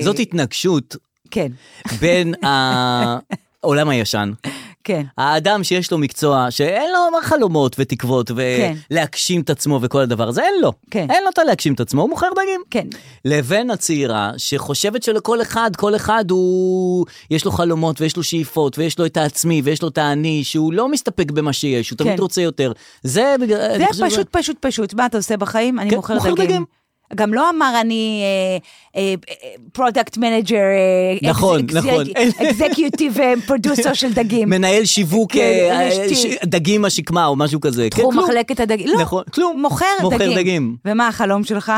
E: זאת התנגשות
C: כן,
E: בין העולם הישן.
C: כן.
E: האדם שיש לו מקצוע, שאין לו חלומות ותקוות
C: כן.
E: ולהגשים את עצמו וכל הדבר הזה, אין לו.
C: כן.
E: אין לו את הלהגשים את עצמו, הוא מוכר דגים.
C: כן.
E: לבין הצעירה שחושבת שלכל אחד, כל אחד הוא, יש לו חלומות ויש לו שאיפות ויש לו את העצמי ויש לו את האני, שהוא לא מסתפק במה שיש, הוא תמיד
C: כן.
E: רוצה יותר. זה בגלל...
C: זה
E: אני חושב-
C: פשוט, פשוט, פשוט. מה אתה עושה בחיים? אני
E: כן,
C: מוכר
E: מוכר
C: דגים.
E: דגים.
C: גם לא אמר אני אה, פרודקט מנג'ר, אה,
E: נכון, נכון.
C: אקזקיוטיב פרודוסר של דגים.
E: מנהל שיווק
C: כן,
E: אה,
C: יש
E: ש-
C: טיל.
E: דגים השקמה או משהו כזה. כן,
C: תחום
E: כלום.
C: מחלקת הדגים.
E: נכון,
C: לא,
E: כלום.
C: מוכר דגים.
E: מוכר דגים.
C: ומה החלום שלך?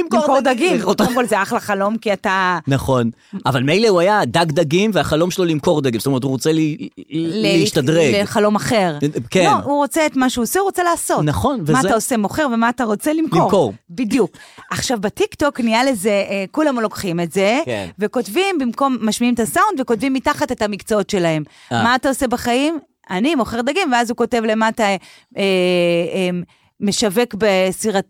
E: למכור דגים.
C: דגים. קודם כל זה אחלה חלום, כי אתה...
E: נכון, אבל מילא הוא היה דג דגים והחלום שלו למכור דגים, זאת אומרת הוא רוצה לי-
C: ל-
E: להשתדרג.
C: לחלום אחר.
E: כן.
C: לא, הוא רוצה את מה שהוא עושה, הוא רוצה לעשות.
E: נכון,
C: מה
E: וזה-
C: אתה עושה מוכר ומה אתה רוצה למכור.
E: למכור.
C: בדיוק. עכשיו, בטיקטוק נהיה לזה, אה, כולם לוקחים את זה,
E: כן.
C: וכותבים במקום, משמיעים את הסאונד וכותבים מתחת את המקצועות שלהם.
E: אה.
C: מה אתה עושה בחיים? אני מוכר דגים, ואז הוא כותב למטה... אה, אה, משווק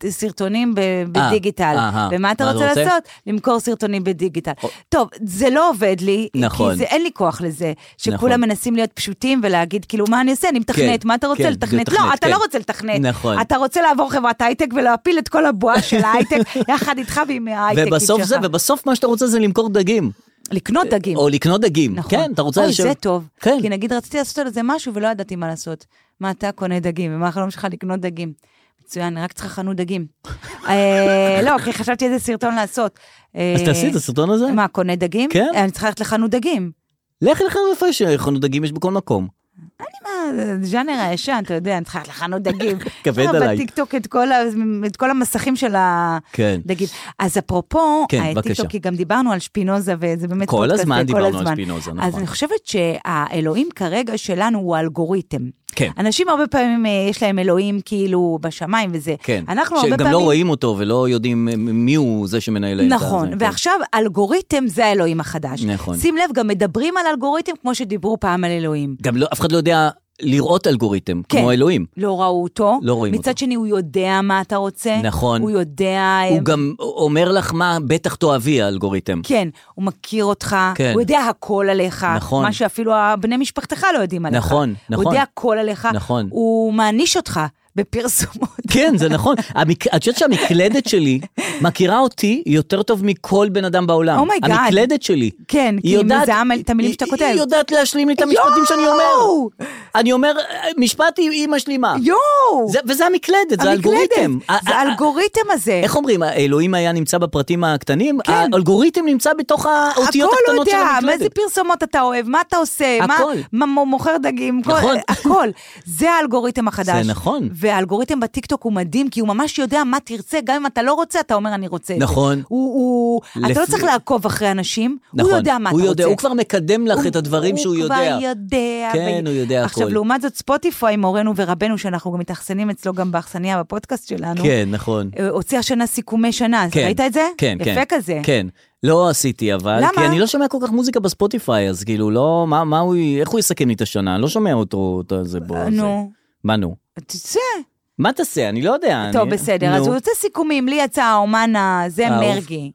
C: בסרטונים בדיגיטל.
E: אה, אהה.
C: ומה אתה
E: מה אתה
C: רוצה
E: רוצה?
C: לעשות? למכור סרטונים בדיגיטל. טוב, זה לא עובד לי,
E: נכון.
C: כי זה- אין לי כוח לזה,
E: נכון.
C: שכולם מנסים להיות פשוטים ולהגיד, כאילו, מה אני עושה? אני מתכנת,
E: כן,
C: מה אתה רוצה
E: כן,
C: לתכנת?
E: לתכנת,
C: לא, אתה
E: כן.
C: לא רוצה לתכנת.
E: נכון.
C: אתה רוצה לעבור חברת הייטק ולהפיל את כל הבועה של ההייטק יחד איתך ועם ההייטקים שלך.
E: ובסוף זה, ובסוף מה שאתה רוצה זה למכור דגים.
C: לקנות דגים.
E: או לקנות דגים.
C: נכון.
E: כן, אתה רוצה
C: אוי,
E: לשבת-
C: זה טוב.
E: כן.
C: כי נגיד רציתי לעשות על זה משהו ולא ידעתי מה לעשות. מה אתה קונה דגים, ומה החלום שלך לקנות דגים? מצוין, אני רק צריכה חנות דגים. אה, לא, כי חשבתי איזה סרטון לעשות.
E: אז
C: אה,
E: תעשי את הסרטון הזה.
C: מה, קונה דגים?
E: כן.
C: אה, אני צריכה ללכת לחנות דגים.
E: לכי לך איפה שחנות דגים יש בכל מקום.
C: מה, זה ז'אנר הישן, אתה יודע, אני צריכה ללכת לחנות דגים.
E: כבד
C: יש לך
E: עליי.
C: בטיקטוק את כל ה- את כל המסכים של
E: כן.
C: הדגים. אז אפרופו,
E: כן,
C: אה,
E: בבקשה.
C: טיקטוק, כי גם דיברנו על שפינוזה, וזה באמת
E: כל
C: פודקאסט,
E: הזמן
C: אה,
E: דיברנו על שפינוזה,
C: אז
E: נכון.
C: אני חושבת שהאלוהים כרגע שלנו הוא האלגוריתם.
E: כן.
C: אנשים הרבה פעמים, אה, יש להם אלוהים כאילו בשמיים וזה.
E: כן.
C: אנחנו הרבה
E: שגם
C: פעמים...
E: לא רואים אותו ולא יודעים מי הוא זה שמנהל את זה. כן.
C: נכון, ועכשיו אלגוריתם זה האלוהים החדש.
E: נכון.
C: שים לב, גם מדברים על אלגוריתם כמו שדיברו פעם על אלוהים.
E: גם לא- אף אחד לא יודע לראות אלגוריתם,
C: כן.
E: כמו אלוהים.
C: לא ראו אותו.
E: לא רואים
C: מצד
E: אותו.
C: שני, הוא יודע מה אתה רוצה.
E: נכון.
C: הוא יודע...
E: הוא
C: אה,
E: גם אומר לך מה בטח תאהבי האלגוריתם.
C: כן, הוא מכיר אותך,
E: כן.
C: הוא יודע הכל עליך,
E: נכון.
C: מה שאפילו בני משפחתך לא יודעים עליך.
E: נכון, נכון.
C: הוא יודע הכל עליך,
E: נכון.
C: הוא מעניש אותך בפרסומות.
E: כן, זה נכון. המק... את יודעת שהמקלדת שלי מכירה אותי יותר טוב מכל בן אדם בעולם.
C: Oh my God.
E: המקלדת שלי.
C: כן,
E: היא
C: כי היא
E: יודעת-
C: מזהה מל- את המילים שאתה
E: היא-
C: כותב.
E: היא יודעת להשלים לי את המשפטים שאני אומר.
C: יואו!
E: אני אומר, "אה, משפט היא, היא משלימה.
C: יואו!
E: זה, וזה המקלדת, זה אלגוריתם. אה,
C: זה האלגוריתם הזה.
E: איך אומרים, האלוהים היה נמצא בפרטים הקטנים? כן. האלגוריתם נמצא בתוך האותיות
C: הכל הוא
E: הקטנות של
C: יודע,
E: המקלדת.
C: איזה פרסומות אתה אוהב, מה אתה עושה, מה-
E: הכל.
C: מה מו- מוכר דגים, כל-
E: נכון.
C: הכל. זה האלגוריתם החדש.
E: זה נכון.
C: והאלגוריתם בטיקטוק הוא מדהים, כי הוא ממש יודע מה תרצה, גם אם אתה לא רוצה, אתה אומר אני רוצה את זה.
E: נכון.
C: הוא- הוא, אתה לא
E: לפי-
C: צריך לעקוב אחרי אנשים, הוא
E: נכון,
C: יודע מה אתה
E: הוא
C: רוצה.
E: יודע, הוא כבר מקדם לך את הדברים שהוא יודע.
C: הוא כבר יודע.
E: כן,
C: ו-
E: הוא יודע
C: עכשיו,
E: הכל.
C: לעומת זאת, ספוטיפיי, מורנו ורבנו, שאנחנו גם מתאכסנים אצלו גם באכסניה בפודקאסט שלנו,
E: כן, נכון.
C: אה, הוציא השנה סיכומי שנה, אז
E: כן.
C: ראית את זה?
E: כן, כן.
C: יפה כזה.
E: כן. לא עשיתי אבל,
C: למה?
E: כי אני לא שומע כל כך מוזיקה בספוטיפיי, אז כאילו לא, מה, מה הוא, איך הוא יסכם לי את השנה? אני לא שומע אותו, את זה בו.
C: אה,
E: זה.
C: נו.
E: מה נו?
C: תצא.
E: מה תעשה? אני לא יודע.
C: טוב,
E: אני...
C: בסדר, אז
E: נו.
C: הוא יוצא סיכומים, לי יצא האומן הזה,
E: האהוב.
C: מרגי.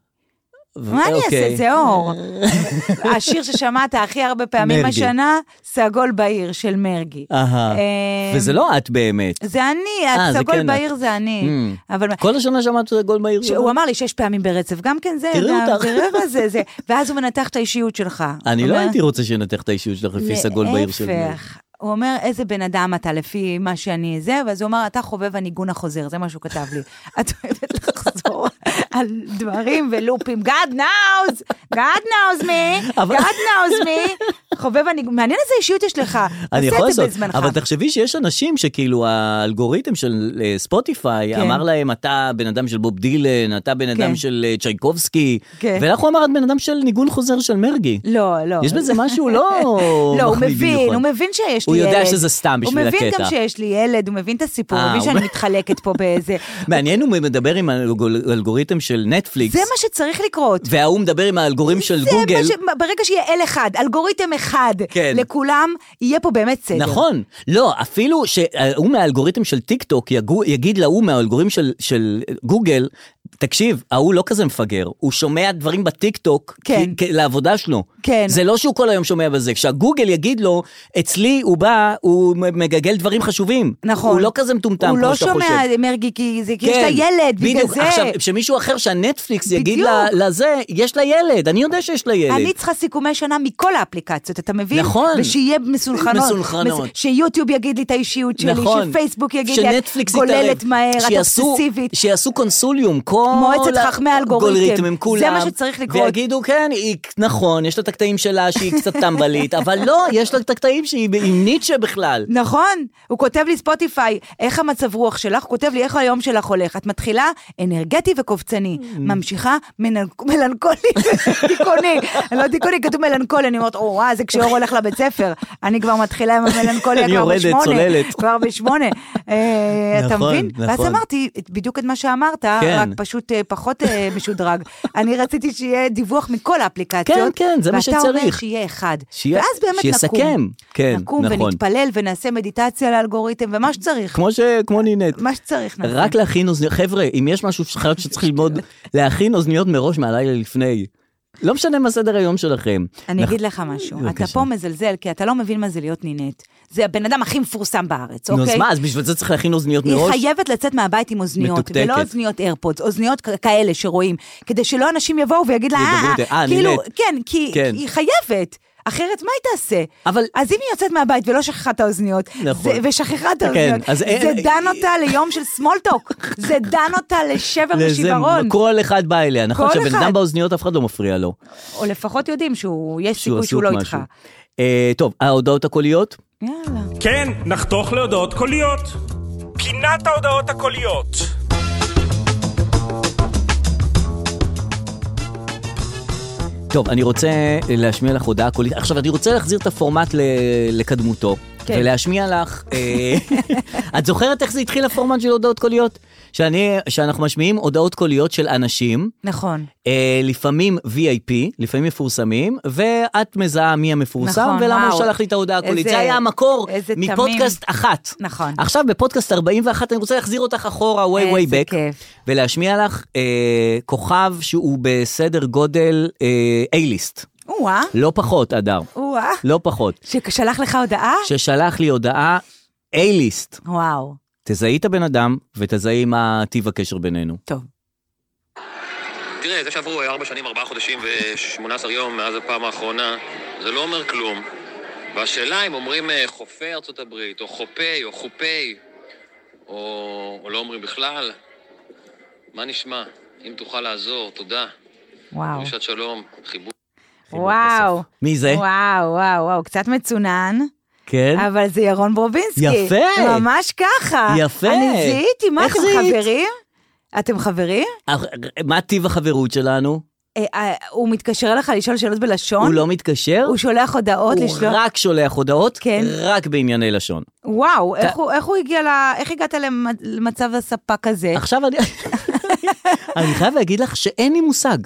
E: ו-
C: מה אני
E: אוקיי.
C: אעשה? זה אור. השיר ששמעת הכי הרבה פעמים
E: מרגי.
C: השנה, סגול בעיר של מרגי.
E: אהה.
C: אה,
E: וזה לא את באמת.
C: זה אני,
E: אה, זה
C: הסגול
E: כן את.
C: בעיר זה אני.
E: Mm.
C: אבל...
E: כל השנה שמעת את הגול מהיר שלו?
C: הוא אמר לי שש פעמים ברצף, גם כן זה,
E: תראי
C: גם
E: אותך.
C: זה, רבע זה, זה, ואז הוא מנתח את האישיות שלך.
E: אני
C: הוא
E: לא
C: אומר,
E: הייתי רוצה שנתח את האישיות שלך לפי סגול בעיר של מאיר.
C: להפך. הוא אומר, איזה בן אדם אתה לפי מה שאני זה, ואז הוא אמר, אתה חובב הניגון החוזר, זה מה שהוא כתב לי. את אוהבת לחזור על דברים ולופים, God knows, God knows me, God
E: אבל-
C: knows me, חובב הניגון, מעניין איזה אישיות יש לך,
E: אני
C: תעשה
E: יכול
C: את זה
E: לעשות,
C: בזמנך.
E: אבל תחשבי שיש אנשים שכאילו האלגוריתם של אה, ספוטיפיי
C: כן.
E: אמר להם אתה בן אדם של בוב דילן, אתה בן אדם
C: כן.
E: של אה, צ'ייקובסקי,
C: כן.
E: ולך הוא אמר את בן אדם של ניגון חוזר של מרגי.
C: לא, לא.
E: יש בזה משהו לא
C: לא, הוא
E: מחמיא
C: מבין,
E: במיוחד.
C: הוא מבין שיש לי
E: הוא
C: ילד.
E: יודע שזה סתם בשביל
C: הוא מבין
E: הקטע.
C: גם שיש לי ילד, הוא מבין את הסיפור,
E: אה,
C: הוא מבין
E: הוא-
C: שאני מתחלקת פה באיזה...
E: מעניין הוא מדבר עם האלגוריתם של נטפליקס,
C: זה מה שצריך לקרות.
E: וההוא מדבר עם האלגוריתם של
C: זה
E: גוגל.
C: מה ש... ברגע שיהיה אל אחד, אלגוריתם אחד,
E: כן.
C: לכולם, יהיה פה באמת סדר.
E: נכון, לא, אפילו שהוא מהאלגוריתם של טיק טוק יגו- יגיד להוא מהאלגוריתם של, של גוגל, תקשיב, ההוא לא כזה מפגר, הוא שומע דברים בטיק טוק
C: כן.
E: כ- כ- לעבודה שלו.
C: כן.
E: זה לא שהוא כל היום שומע בזה, כשהגוגל יגיד לו, אצלי הוא בא, הוא מ- מגגל דברים חשובים.
C: נכון.
E: הוא לא כזה מטומטם
C: הוא
E: כמו
C: לא
E: שאתה חושב. כן.
C: שומע, מרגי, כי זה כי יש לה ילד, בגלל
E: בדיוק,
C: זה.
E: עכשיו, שמישהו אחר שהנטפליקס יגיד
C: בדיוק.
E: לה- לזה, יש לה ילד, אני יודע שיש לה ילד.
C: אני צריכה סיכומי שנה מכל האפליקציות, אתה מבין?
E: נכון.
C: ושיהיה מסונכרנות.
E: מסונכרנות.
C: מס- שיוטיוב יגיד לי את האישיות שלי,
E: נכון.
C: שפייסבוק יגיד לי, את
E: שנטפליקס
C: גוללת
E: יתערב.
C: מהר, את
E: שיעשו-
C: אובססיבית.
E: שיעשו קונסוליום, כל...
C: מועצת
E: ה-
C: חכמי האלגוריתם.
E: גולריתמים, כולם.
C: זה מה שצריך לקרות.
E: ויגידו, כן, היא, נכון, יש לה את הקטעים שלה שהיא קצת טמבלית, אבל לא, יש לה את הקטעים שהיא ב- עם ניטשה בכלל.
C: נכון, הוא כותב לי ספוטיפיי, איך המצב רוח שלך, הוא כותב לי איך היום שלך הולך. את מתחילה אנרגטי וקובצני,
E: Mm.
C: ממשיכה מנל- מלנכולי ודיכאוני. לא דיכאוני, כתוב מלנכולי, אני אומרת, או וואו, זה כשאור הולך לבית ספר. אני כבר מתחילה עם המלנכוליה
E: אני
C: כבר
E: יורדת,
C: בשמונה.
E: צוללת.
C: כבר בשמונה. אה, אתה
E: נכון,
C: מבין? ואז
E: נכון.
C: אמרתי, בדיוק את מה שאמרת,
E: כן.
C: רק פשוט... פשוט אה, פחות אה, משודרג. אני רציתי שיהיה דיווח מכל האפליקציות.
E: כן, כן, זה מה
C: ואתה אומר
E: שצריך.
C: שיהיה אחד.
E: שיהיה-
C: ואז באמת נקום.
E: שיסכם. כן,
C: נקום
E: נכון.
C: ונתפלל ונעשה מדיטציה לאלגוריתם ומה שצריך.
E: כמו ש... כמו נינט.
C: מה שצריך נעשה.
E: רק להכין אוזניות, חבר'ה, אם יש משהו שחייב שצריך ללמוד, להכין אוזניות מראש מהלילה לפני. לא משנה מה סדר היום שלכם.
C: אני
E: אנחנו-
C: אגיד לך משהו, אתה
E: נכון. בבקשה.
C: פה מזלזל, כי אתה לא מבין מה זה להיות נינט. זה הבן אדם הכי מפורסם בארץ,
E: נו, אז
C: אוקיי?
E: מה, אז בשביל זה צריך להכין אוזניות
C: היא
E: מראש?
C: חייבת לצאת מהבית עם אוזניות,
E: מתוקתקת.
C: ולא אוזניות איירפודס, אוזניות כ- כאלה שרואים, כדי שלא אנשים יבואו ויגיד לה,
E: ידברו
C: "אה,
E: איתה, "אה,
C: כאילו,
E: נינט."
C: כן, כי
E: כן.
C: היא חייבת. אחרת מה היא תעשה?
E: אבל-
C: אז אם היא יוצאת מהבית ולא שכחה את האוזניות,
E: נכון.
C: זה, ושכחה את האוזניות,
E: אז אין-
C: זה דן אותה ליום של סמולטוק, זה דן אותה לשבר
E: לזה,
C: ושיברון,
E: כל אחד בא אליה, נכון?
C: כל
E: שהבן
C: אחד.
E: אדם באוזניות אף אחד לא מפריע לו.
C: או לפחות יודעים שהוא, יש
E: שהוא
C: סיכוי
E: עסוק
C: שהוא לא איתך.
E: משהו. אה, טוב, ההודעות הקוליות?
C: יאללה.
J: כן, נחתוך להודעות קוליות. פינת ההודעות הקוליות.
E: טוב, אני רוצה להשמיע לך הודעה קולית. עכשיו, אני רוצה להחזיר את הפורמט ל- לקדמותו,
C: כן.
E: ולהשמיע לך... אה, את זוכרת איך זה התחיל הפורמט של הודעות קוליות? שאני, שאנחנו משמיעים הודעות קוליות של אנשים,
C: נכון.
E: אה, לפעמים VIP, לפעמים מפורסמים, ואת מזהה מי המפורסם,
C: נכון,
E: ולמה הוא
C: וואו.
E: שלח לי את ההודעה הקולית.
C: איזה-
E: זה היה המקור
C: איזה תמים.
E: מפודקאסט אחת.
C: נכון.
E: עכשיו בפודקאסט 41 אני רוצה להחזיר אותך אחורה, way way
C: איזה
E: back,
C: כיף.
E: ולהשמיע לך אה, כוכב שהוא בסדר גודל אה, A-ליסט.
C: או-אה,
E: לא פחות, אדר.
C: או-אה,
E: לא פחות.
C: ששלח לך הודעה?
E: ששלח לי הודעה A-ליסט.
C: וואו,
E: תזהי את הבן אדם ותזהי מה טיב הקשר בינינו.
C: טוב.
F: תראה, זה שעברו אה, ארבע שנים, ארבעה חודשים ושמונה עשר יום מאז הפעם האחרונה, זה לא אומר כלום. והשאלה אם אומרים אה, חופי ארצות הברית, או חופי, או חופי, או, או לא אומרים בכלל, מה נשמע? אם תוכל לעזור, תודה.
C: וואו.
F: דרישת שלום, חיבוק.
C: וואו.
E: מי זה?
C: וואו, וואו, וואו, קצת מצונן,
E: אה? כן?
C: אבל זה ירון ברובינסקי.
E: יפה.
C: ממש ככה.
E: יפה.
C: אני זיהיתי, מה,
E: איך
C: אתם
E: זיהית?
C: חברים? אתם חברים?
E: אך- אה, מה טיב החברות שלנו?
C: אה, אה, הוא מתקשר אליך לשאול שאלות בלשון?
E: הוא לא מתקשר?
C: הוא שולח הודעות
E: הוא
C: לשלוח...
E: רק שולח הודעות,
C: כן.
E: רק בענייני לשון.
C: וואו, איך הוא- איך הוא הגיע ל... איך הגעת למ- למצב הספק הזה?
E: עכשיו אני... אני חייב להגיד לך שאין לי מושג.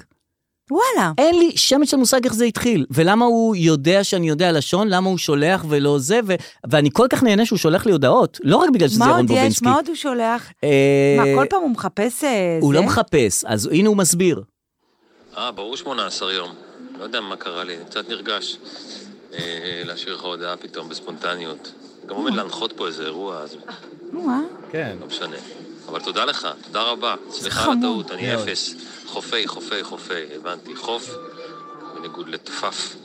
C: וואלה.
E: אין לי שמץ של מושג איך זה התחיל, ולמה הוא יודע שאני יודע לשון, למה הוא שולח ולא זה, ו... ואני כל כך נהנה שהוא שולח לי הודעות, לא רק בגלל שזה
C: מה
E: ירון
C: עוד יש?
E: בובינסקי.
C: מה עוד הוא שולח?
E: אה,
C: מה, כל פעם הוא מחפש אה, זה?
E: הוא לא מחפש, אז הנה הוא מסביר.
F: אה, ברור שמונה עשר יום. לא יודע מה קרה לי, קצת נרגש אה, להשאיר לך הודעה פתאום בספונטניות. גם עומד להנחות פה איזה אירוע, אז
C: נו, אה?
F: לא משנה. אבל תודה לך, תודה רבה. סליחה על הטעות, אני אפס. חופי, חופי, חופי, הבנתי. חוף, בניגוד לטפף.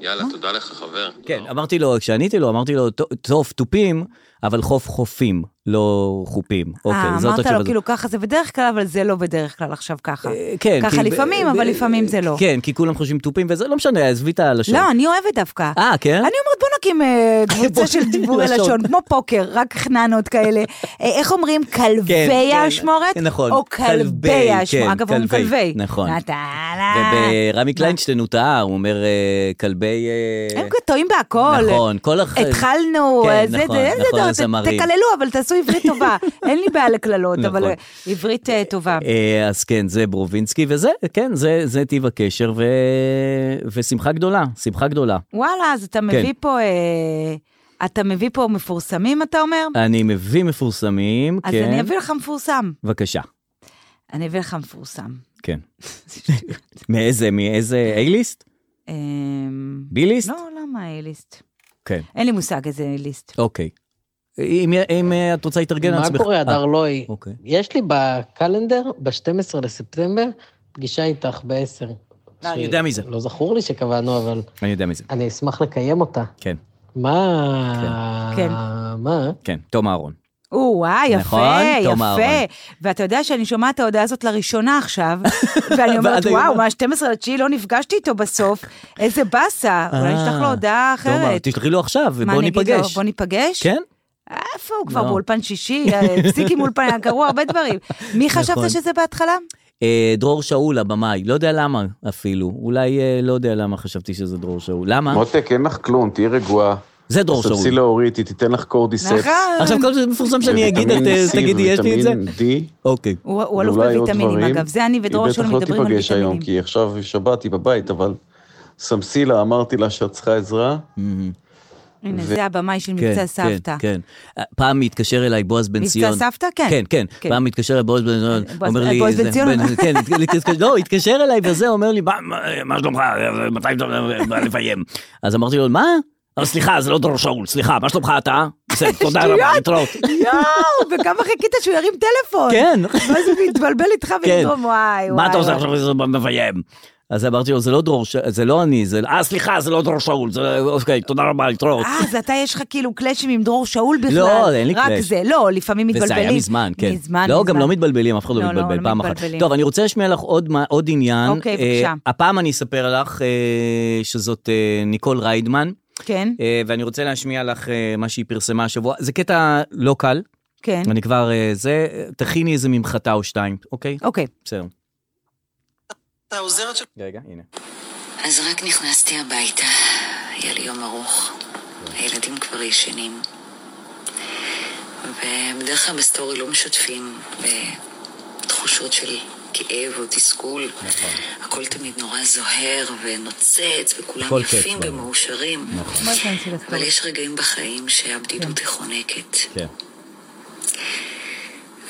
F: יאללה,
C: אה?
F: תודה לך, חבר.
E: כן, אמרתי לו, כשעניתי לו, אמרתי לו, "טוב, טוב, תופים, אבל חוף חופים, לא חופים. אוקיי,
C: אה,
E: זאת
C: אמרת
E: התשובה.
C: לו, כאילו ככה זה בדרך כלל, אבל זה לא בדרך כלל עכשיו ככה.
E: אה, כן,
C: ככה
E: כי-
C: לפעמים, אבל לפעמים זה לא.
E: כן, כי כולם חושבים תופים וזה, לא משנה, עזבי את הלשון.
C: לא, אני אוהבת דווקא.
E: אה, כן?
C: אני אומרת, בוא נקים אה, קבוצה
E: בוא
C: של
E: נקים
C: דיבורי
E: לשון.
C: לשון, כמו פוקר, רק חננות כאלה. אה, איך אומרים,
E: כן,
C: כלבי
E: כן,
C: האשמורת?
E: נכון,
C: או
E: כלבי,
C: כלבי האשמורת.
E: כן,
C: אגב, אומרים
E: כלבי,
C: כלבי.
E: נכון.
C: נתנה.
E: וברמי קליינשטיין הוא טעה, הוא אומר אה, כלבי... אה,
C: לא. הם טועים בהכל.
E: נכון, כל הח...
C: התחלנו,
E: כן,
C: אה, זה,
E: נכון,
C: זה,
E: נכון,
C: זה, זה,
E: הזמרים.
C: תקללו, אבל תעשו עברית טובה. אין לי בעיה לקללות, אבל
E: נכון.
C: אה, עברית אה, טובה.
E: אה, אז כן, זה ברובינסקי, וזה, כן, זה, זה טיב הקשר, ו... ושמחה גדולה, שמחה גדולה.
C: וואלה, אז
E: כן.
C: אתה מביא פה, אה, אתה מביא פה מפורסמים, אתה אומר?
E: אני מביא מפורסמים,
C: אז
E: כן.
C: אני אביא לך מפורסם.
E: בבקשה,
C: אני אביא לך מפורסם.
E: כן. מאיזה, מאיזה A-ליסט?
C: אמ,
E: B-ליסט?
C: לא, למה A-ליסט?
E: כן.
C: אין לי מושג איזה A-ליסט.
E: אוקיי. אם, אם אה, את רוצה להתארגן על
K: מה
E: עצמך.
K: קורה,
E: אה,
K: הדר לוי?
E: אוקיי.
K: יש לי בקלנדר, ב-12 לספטמבר, פגישה איתך ב-10.
E: אה, אני יודע מי זה.
K: לא זכור לי שקבענו, אבל
E: אני יודע מי זה.
K: אני אשמח לקיים אותה.
E: כן,
K: מה...
E: אה,
C: כן.
K: מה?
E: כן, תום אהרון.
C: או וואי, יפה,
E: נכון, תום אהרון.
C: יפה. ואתה יודע שאני שומעת את ההודעה הזאת לראשונה עכשיו, ואני אומרת,
E: ועד היום.
C: וואו, מה, 12 לתשיעי לא נפגשתי איתו בסוף, איזה באסה,
E: אה,
C: אולי נשלח לו הודעה
E: תום אהרון,
C: אחרת.
E: תשלחי לו עכשיו,
C: מה,
E: ובואו
C: אני אגיד לו,
E: ניפגש.
C: בוא ניפגש?
E: כן?
C: איפה הוא כבר,
E: לא.
C: באולפן שישי, אה, הפסיק עם אולפן, קרו הרבה דברים. מי
E: נכון.
C: חשבת שזה בהתחלה?
E: אה, דרור שאול, הבמאי, לא יודע למה אפילו, אולי אה, לא יודע למה חשבתי שזה דרור שאול. למה?
J: מותק, אין לך כלום, תהיי רגועה.
E: זה דרור
L: עכשיו
E: שאול.
L: סי לאורית, היא תיתן לך קורדיספס.
E: עכשיו כל זה מפורסם נכון, שאני אגיד, את אה, תגידי, יש לי את זה?
L: וויטמין C
E: אוקיי.
C: הוא הוא אלוף
L: ואולי עוד
C: בוויטמינים,
L: דברים.
C: אגב. זה אני ודרור שול
L: היא בטח
C: מדברים
L: לא
C: על
L: תיפגש
C: ויטמינים.
L: היום, כי עכשיו שבת היא בבית, אבל סמסי לה, אמרתי לה שאת צריכה עזרה.
C: הנה,
L: ו-
C: זה הבמאי של מבצע סבתא.
E: כן, כן. פעם מתקשר אליי בועז בן
C: מבצע
E: ציון.
C: סבתא? כן.
E: כן, כן.
C: כן. אה,
E: פעם מתקשר אליי בועז בן ציון,
C: בועז-
E: אומר לי...
C: בועז בן
E: זה-
C: ציון.
E: כן, התקשר- לא, התקשר אליי וזה, אומר לי, "מה- מה- מה שלומך, מתי אתה בא לפיים? אז אמרתי לו, מה? אבל סליחה, זה לא דרור שאול, סליחה, מה שלומך אתה? בסדר, תודה רבה,
C: שטויות.
E: להתראות.
C: יואו, וכמה חיכית שהוא ירים טלפון.
E: כן.
C: ואז הוא מתבלבל איתך
E: כן.
C: ולדרום, וואי, וואי.
E: מה אתה עושה
C: וואי.
E: עכשיו זה מביים? אז אמרתי לו, זה לא דרור, ש- זה לא אני, זה... אה, סליחה, זה לא דרור שאול, זה... אוקיי, תודה רבה, להתראות.
C: אה, אז אתה יש לך כאילו קלאשים עם דרור שאול בכלל.
E: לא, אין לי
C: רק
E: קלאש.
C: זה, לא, לפעמים מתבלבלים.
E: וזה היה מזמן, כן.
C: מזמן,
E: לא,
C: מזמן.
E: גם לא מתבלבלים, אף אחד
C: לא,
E: לא
C: לא,
E: מתבלבל
C: לא
E: פעם אחת.
C: מתבלבלים.
E: טוב, אני רוצה להשמיע לך עוד מה- עוד עניין.
C: אוקיי,
E: אה,
C: בבקשה.
E: הפעם אני אספר לך אה, שזאת אה, ניקול ריידמן,
C: כן,
E: אה, ואני רוצה להשמיע לך אה, מה שהיא פרסמה השבוע. זה קטע לא קל,
C: כן.
E: אני כבר... אה, זה... תכיני איזה ממחטה או שתיים, אוקיי?
C: אוקיי.
E: בסדר.
G: העוזרת של...
E: רגע, הנה.
G: אז רק נכנסתי הביתה, היה לי יום ארוך, הילדים כבר ישנים. ובדרך כלל בסטורי לא משתפים בתחושות של כאב או תסכול.
E: נכון.
G: הכל תמיד נורא זוהר ונוצץ, וכולם
M: הכל כיף
G: יפים
M: בעולם.
G: ומאושרים.
E: נכון.
M: מה זה אנשי
G: אבל יש רגעים בחיים שהבדידות היא חונקת.
E: כן.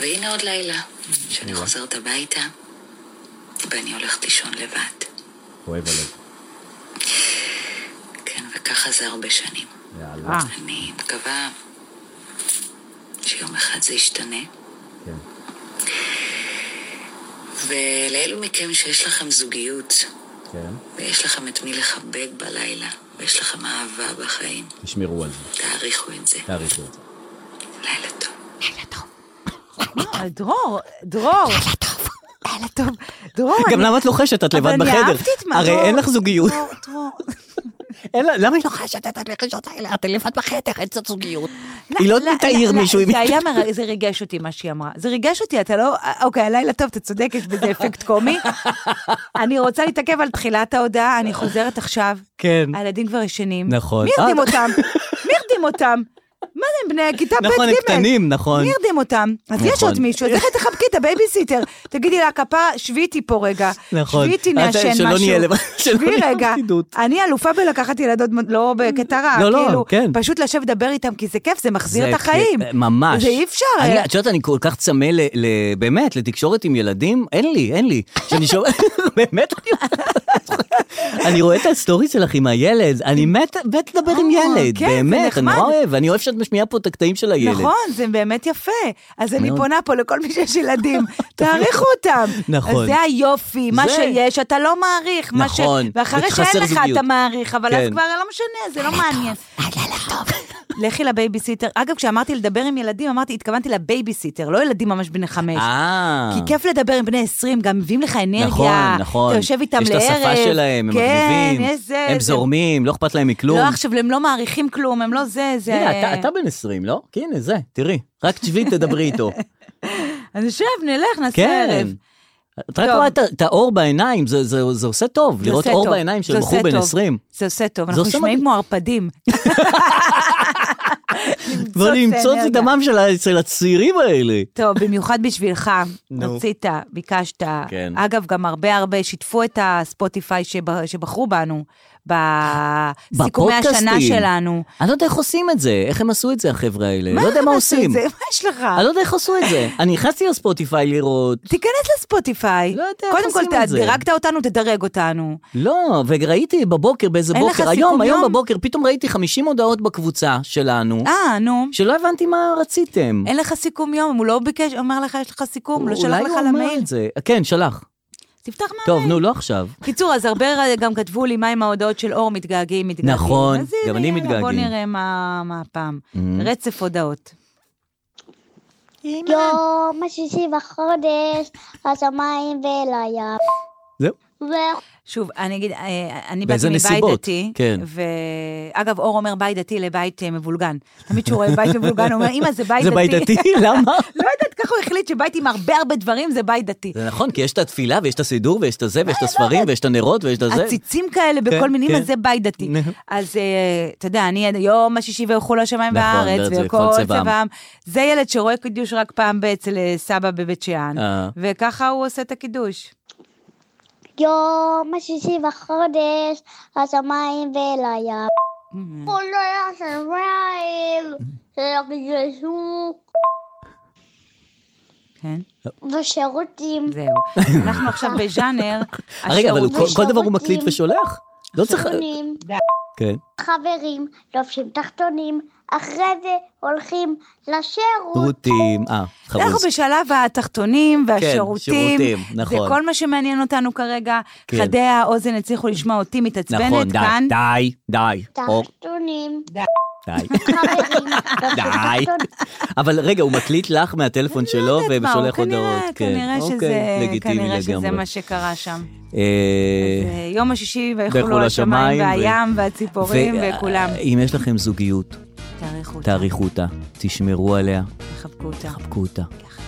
G: והנה עוד לילה, שאני חוזרת הביתה, ואני הולכת לישון לבד.
E: כואב הלב.
G: כן, וככה זה הרבה שנים. אה.
E: יאללה. אה.
G: אני מקווה שיום אחד זה ישתנה.
E: כן.
G: ולאלו מכם שיש לכם זוגיות,
E: כן.
G: ויש לכם את מי לחבק בלילה, ויש לכם אהבה בחיים,
E: תשמרו על זה.
G: תעריכו את זה.
E: תעריכו את זה.
C: אה, דרור, דרור. לילה טוב. דרור,
E: גם
C: לא, אני-
E: למה את לוחשת? את לבד
C: אבל
E: בחדר.
C: אני אהבתי את מה...
E: הרי
C: דרור,
E: אין לך זוגיות.
C: דרור, דרור.
E: אין לה- למה היא לוחשת?
C: את הרכישות האלה, את לבד בחדר, אין זאת זוגיות.
E: היא לא תעיר מישהו אם
C: זה
E: היא-
C: היה, מר- זה ריגש אותי מה שהיא אמרה. זה ריגש אותי, אתה לא... אוקיי, הלילה טוב, אתה צודק, יש בזה אפקט קומי. אני רוצה להתעכב על תחילת ההודעה, אני חוזרת עכשיו.
E: כן.
C: הילדים כבר ישנים.
E: נכון.
C: מי
E: אה,
C: הרדים אותם? מי הרדים אותם? מה זה, הם בני כיתה ב' ג'?
E: נכון, הם קטנים, נכון.
C: מי הרדים אותם? אז יש
E: נכון.
C: עוד מישהו, אז איך תחבקי את הבייביסיטר? תגידי לה, כפרה, שבי איתי פה רגע.
E: נכון.
C: שבי איתי,
E: אה,
C: נעשן משהו.
E: שלא נהיה לבד- שלא
C: שבי
E: נהיה
C: רגע. אני אלופה בלקחת ילדות, לא בקטע רע,
E: לא, לא,
C: כאילו,
E: כן.
C: פשוט לשבת לדבר איתם, כי זה כיף, זה מחזיר
E: זה
C: את
E: כ- אה,
C: החיים.
E: ממש.
C: זה אי אפשר.
E: אני,
C: אה,
E: את יודעת, אני כל כך צמא ל, ל... באמת, לתקשורת עם ילדים, אין לי, אין לי. שאני שומע... באמת, אני... אני רואה את הסטורי שלך עם הילד, אני מת, מת לדבר עם ילד,
C: כן, זה
E: באמת, אני
C: נחמד.
E: נורא אוהב, אני אוהב שאת משמיעה פה את הקטעים של הילד.
C: נכון, זה באמת יפה. אז אני
E: מאוד.
C: פונה פה לכל מי שיש ילדים, תעריכו אותם.
E: נכון.
C: זה היופי, מה
E: זה-
C: שיש, אתה לא מעריך. מה ש-
E: נכון,
C: ואחרי
E: וחסר
C: שאין לך,
E: זוגיות.
C: אתה מעריך, אבל אז
E: כן.
C: כבר לא משנה, זה לא מעניין. לכי לבייביסיטר. אגב, כשאמרתי לדבר עם ילדים, אמרתי, התכוונתי לבייביסיטר, לא ילדים ממש בני חמש.
E: אה.
C: כי כיף לדבר עם בני 20, גם מביאים לך אנרגיה.
E: נכון, נכון.
C: אתה יושב איתם לערב.
E: יש את השפה שלהם, הם
C: כן,
E: מגניבים,
C: יש זה.
E: הם
C: זה-
E: זורמים, לא אכפת להם מכלום.
C: לא, עכשיו, הם לא מעריכים כלום, הם לא זה, זה...
E: הנה, אתה, אתה בן 20, לא? כי הנה, זה, תראי. רק תשבי, תדברי איתו.
C: אז נשב, נלך, נעשה
E: כן.
C: ערב.
E: את רק
C: טוב.
E: רואה את ה- את האור בעיניים, זה- זה זה עושה טוב,
C: זה
E: לראות
C: עושה
E: אור
C: טוב.
E: בעיניים של
C: זה
E: בחור
C: עושה
E: בן
C: טוב.
E: 20.
C: זה עושה טוב,
E: זה
C: אנחנו
E: עושה
C: נשמעים כמו ערפדים.
E: בוא נמצוץ את
C: אנרגיה.
E: דמם של ה- של הצעירים האלה.
C: טוב, במיוחד בשבילך,
E: נו.
C: רצית, ביקשת.
E: כן.
C: אגב, גם הרבה הרבה שיתפו את הספוטיפיי שב- שבחרו בנו, בסיכומי
E: בפודקאסטים.
C: השנה שלנו.
E: אני לא יודע איך עושים את זה, איך הם עשו את זה, החבר'ה האלה.
C: מה
E: לא יודע
C: הם
E: מה
C: עשו את
E: עושים.
C: זה? מה יש לך?
E: אני לא יודע איך עשו את זה. אני נכנסתי לספוטיפיי לראות.
C: תיכנס לספוטיפיי. לא יודע
E: איך
C: קודם כל,
E: עושים את
C: אתה
E: זה.
C: דירגת אותנו, תדרג אותנו.
E: לא, וראיתי בבוקר, באיזה
C: אין לך
E: בוקר,
C: סיכום
E: היום, היום
C: יום?
E: בבוקר, פתאום ראיתי 50 הודעות בקבוצה שלנו.
C: אה, נו.
E: שלא הבנתי מה רציתם.
C: אין לך סיכום יום, הוא לא ביקש, אומר לך, יש לך סיכום, לא שלח
E: אולי
C: לך
E: הוא אמר
C: למייל. אה.
E: את זה. כן, שלח.
C: תפתח מה...
E: טוב, נו, לא עכשיו.
C: קיצור, אז הרבה גם כתבו לי מה עם ההודעות של אור, מתגעגעים, מתגעגעים.
E: נכון,
C: אז הנה,
E: גם אני
C: יאללה, בוא
E: מתגעגעים.
C: נראה מה מה הפעם.
E: Mhm.
C: רצף הודעות.
N: יום השישי בחודש, השמיים ואל הים.
E: זהו.
C: שוב, אני אגיד, אה, אני
E: באיזה
C: באתי מבית
E: נסיבות,
C: דתי,
E: כן.
C: ואגב, אור אומר בית דתי לבית אה, מבולגן. תמיד כשהוא רואה בית מבולגן, הוא אומר, אמא, זה בית דתי.
E: זה בית דתי? למה?
C: לא יודעת, ככה הוא החליט שבית עם הרבה הרבה דברים זה בית דתי.
E: זה נכון, כי יש את התפילה, ויש את הסידור, ויש את הזה, ויש את
C: לא,
E: הספרים, ויש את הנרות, ויש את הזה.
C: עציצים כאלה בכל
E: כן,
C: מיני,
E: כן.
C: אז זה בית דתי. אז אה, אתה יודע, אני עד היום השישי ויאכול השמיים
E: נכון,
C: והארץ,
E: זה
C: וכל
E: כל צבעם.
C: צבעם. זה ילד שרואה קידוש רק פעם אצל אה, סבא בבית שאן,
E: אה.
C: וככה הוא עושה את הקידוש. Mm-hmm.
L: יום השישי בחודש, השמיים ואליה. עולה השמיים, שירגישו
C: כן.
L: ושירותים.
C: זהו. אנחנו עכשיו בז'אנר,
E: רגע, אבל הוא- כל- כל דבר הוא מקליט
L: השירותים.
E: ושולח? לא צריך...
L: שונים.
E: כן.
L: חברים, לובשים תחתונים, אחרי זה הולכים לשירות.
E: רוטים, אה,
C: אנחנו
E: חרוז.
C: בשלב התחתונים והשירותים.
E: כן, שירותים, נכון.
C: זה כל מה שמעניין אותנו כרגע.
E: כן.
C: חדי האוזן הצליחו לשמוע אותי מתעצבנת
E: נכון, די,
C: כאן.
E: די, די, אור,
L: תחתונים.
E: די.
L: חברים, לובשים
E: די.
L: תחתונים.
E: אבל רגע, הוא מקליט לך מהטלפון שלו
C: לא אה, מה, הוא
E: ושולח
C: כנראה-
E: הודעות. כן,
C: כנראה
E: אוקיי,
C: שזה-
E: לגיטימי
C: כנראה שזה
E: לגמרי.
C: מה שקרה שם.
E: אה,
C: אה, יום השישי
E: ויאכלו
C: ויאכלו השמיים
E: השמיים, ו-
C: והים והציפורים
E: ו- אה,
C: וכולם.
E: אם יש לכם זוגיות,
C: תעריכו אותה,
E: תעריכו אותה, תשמרו עליה,
C: תחבקו אותה.
E: תחבקו אותה.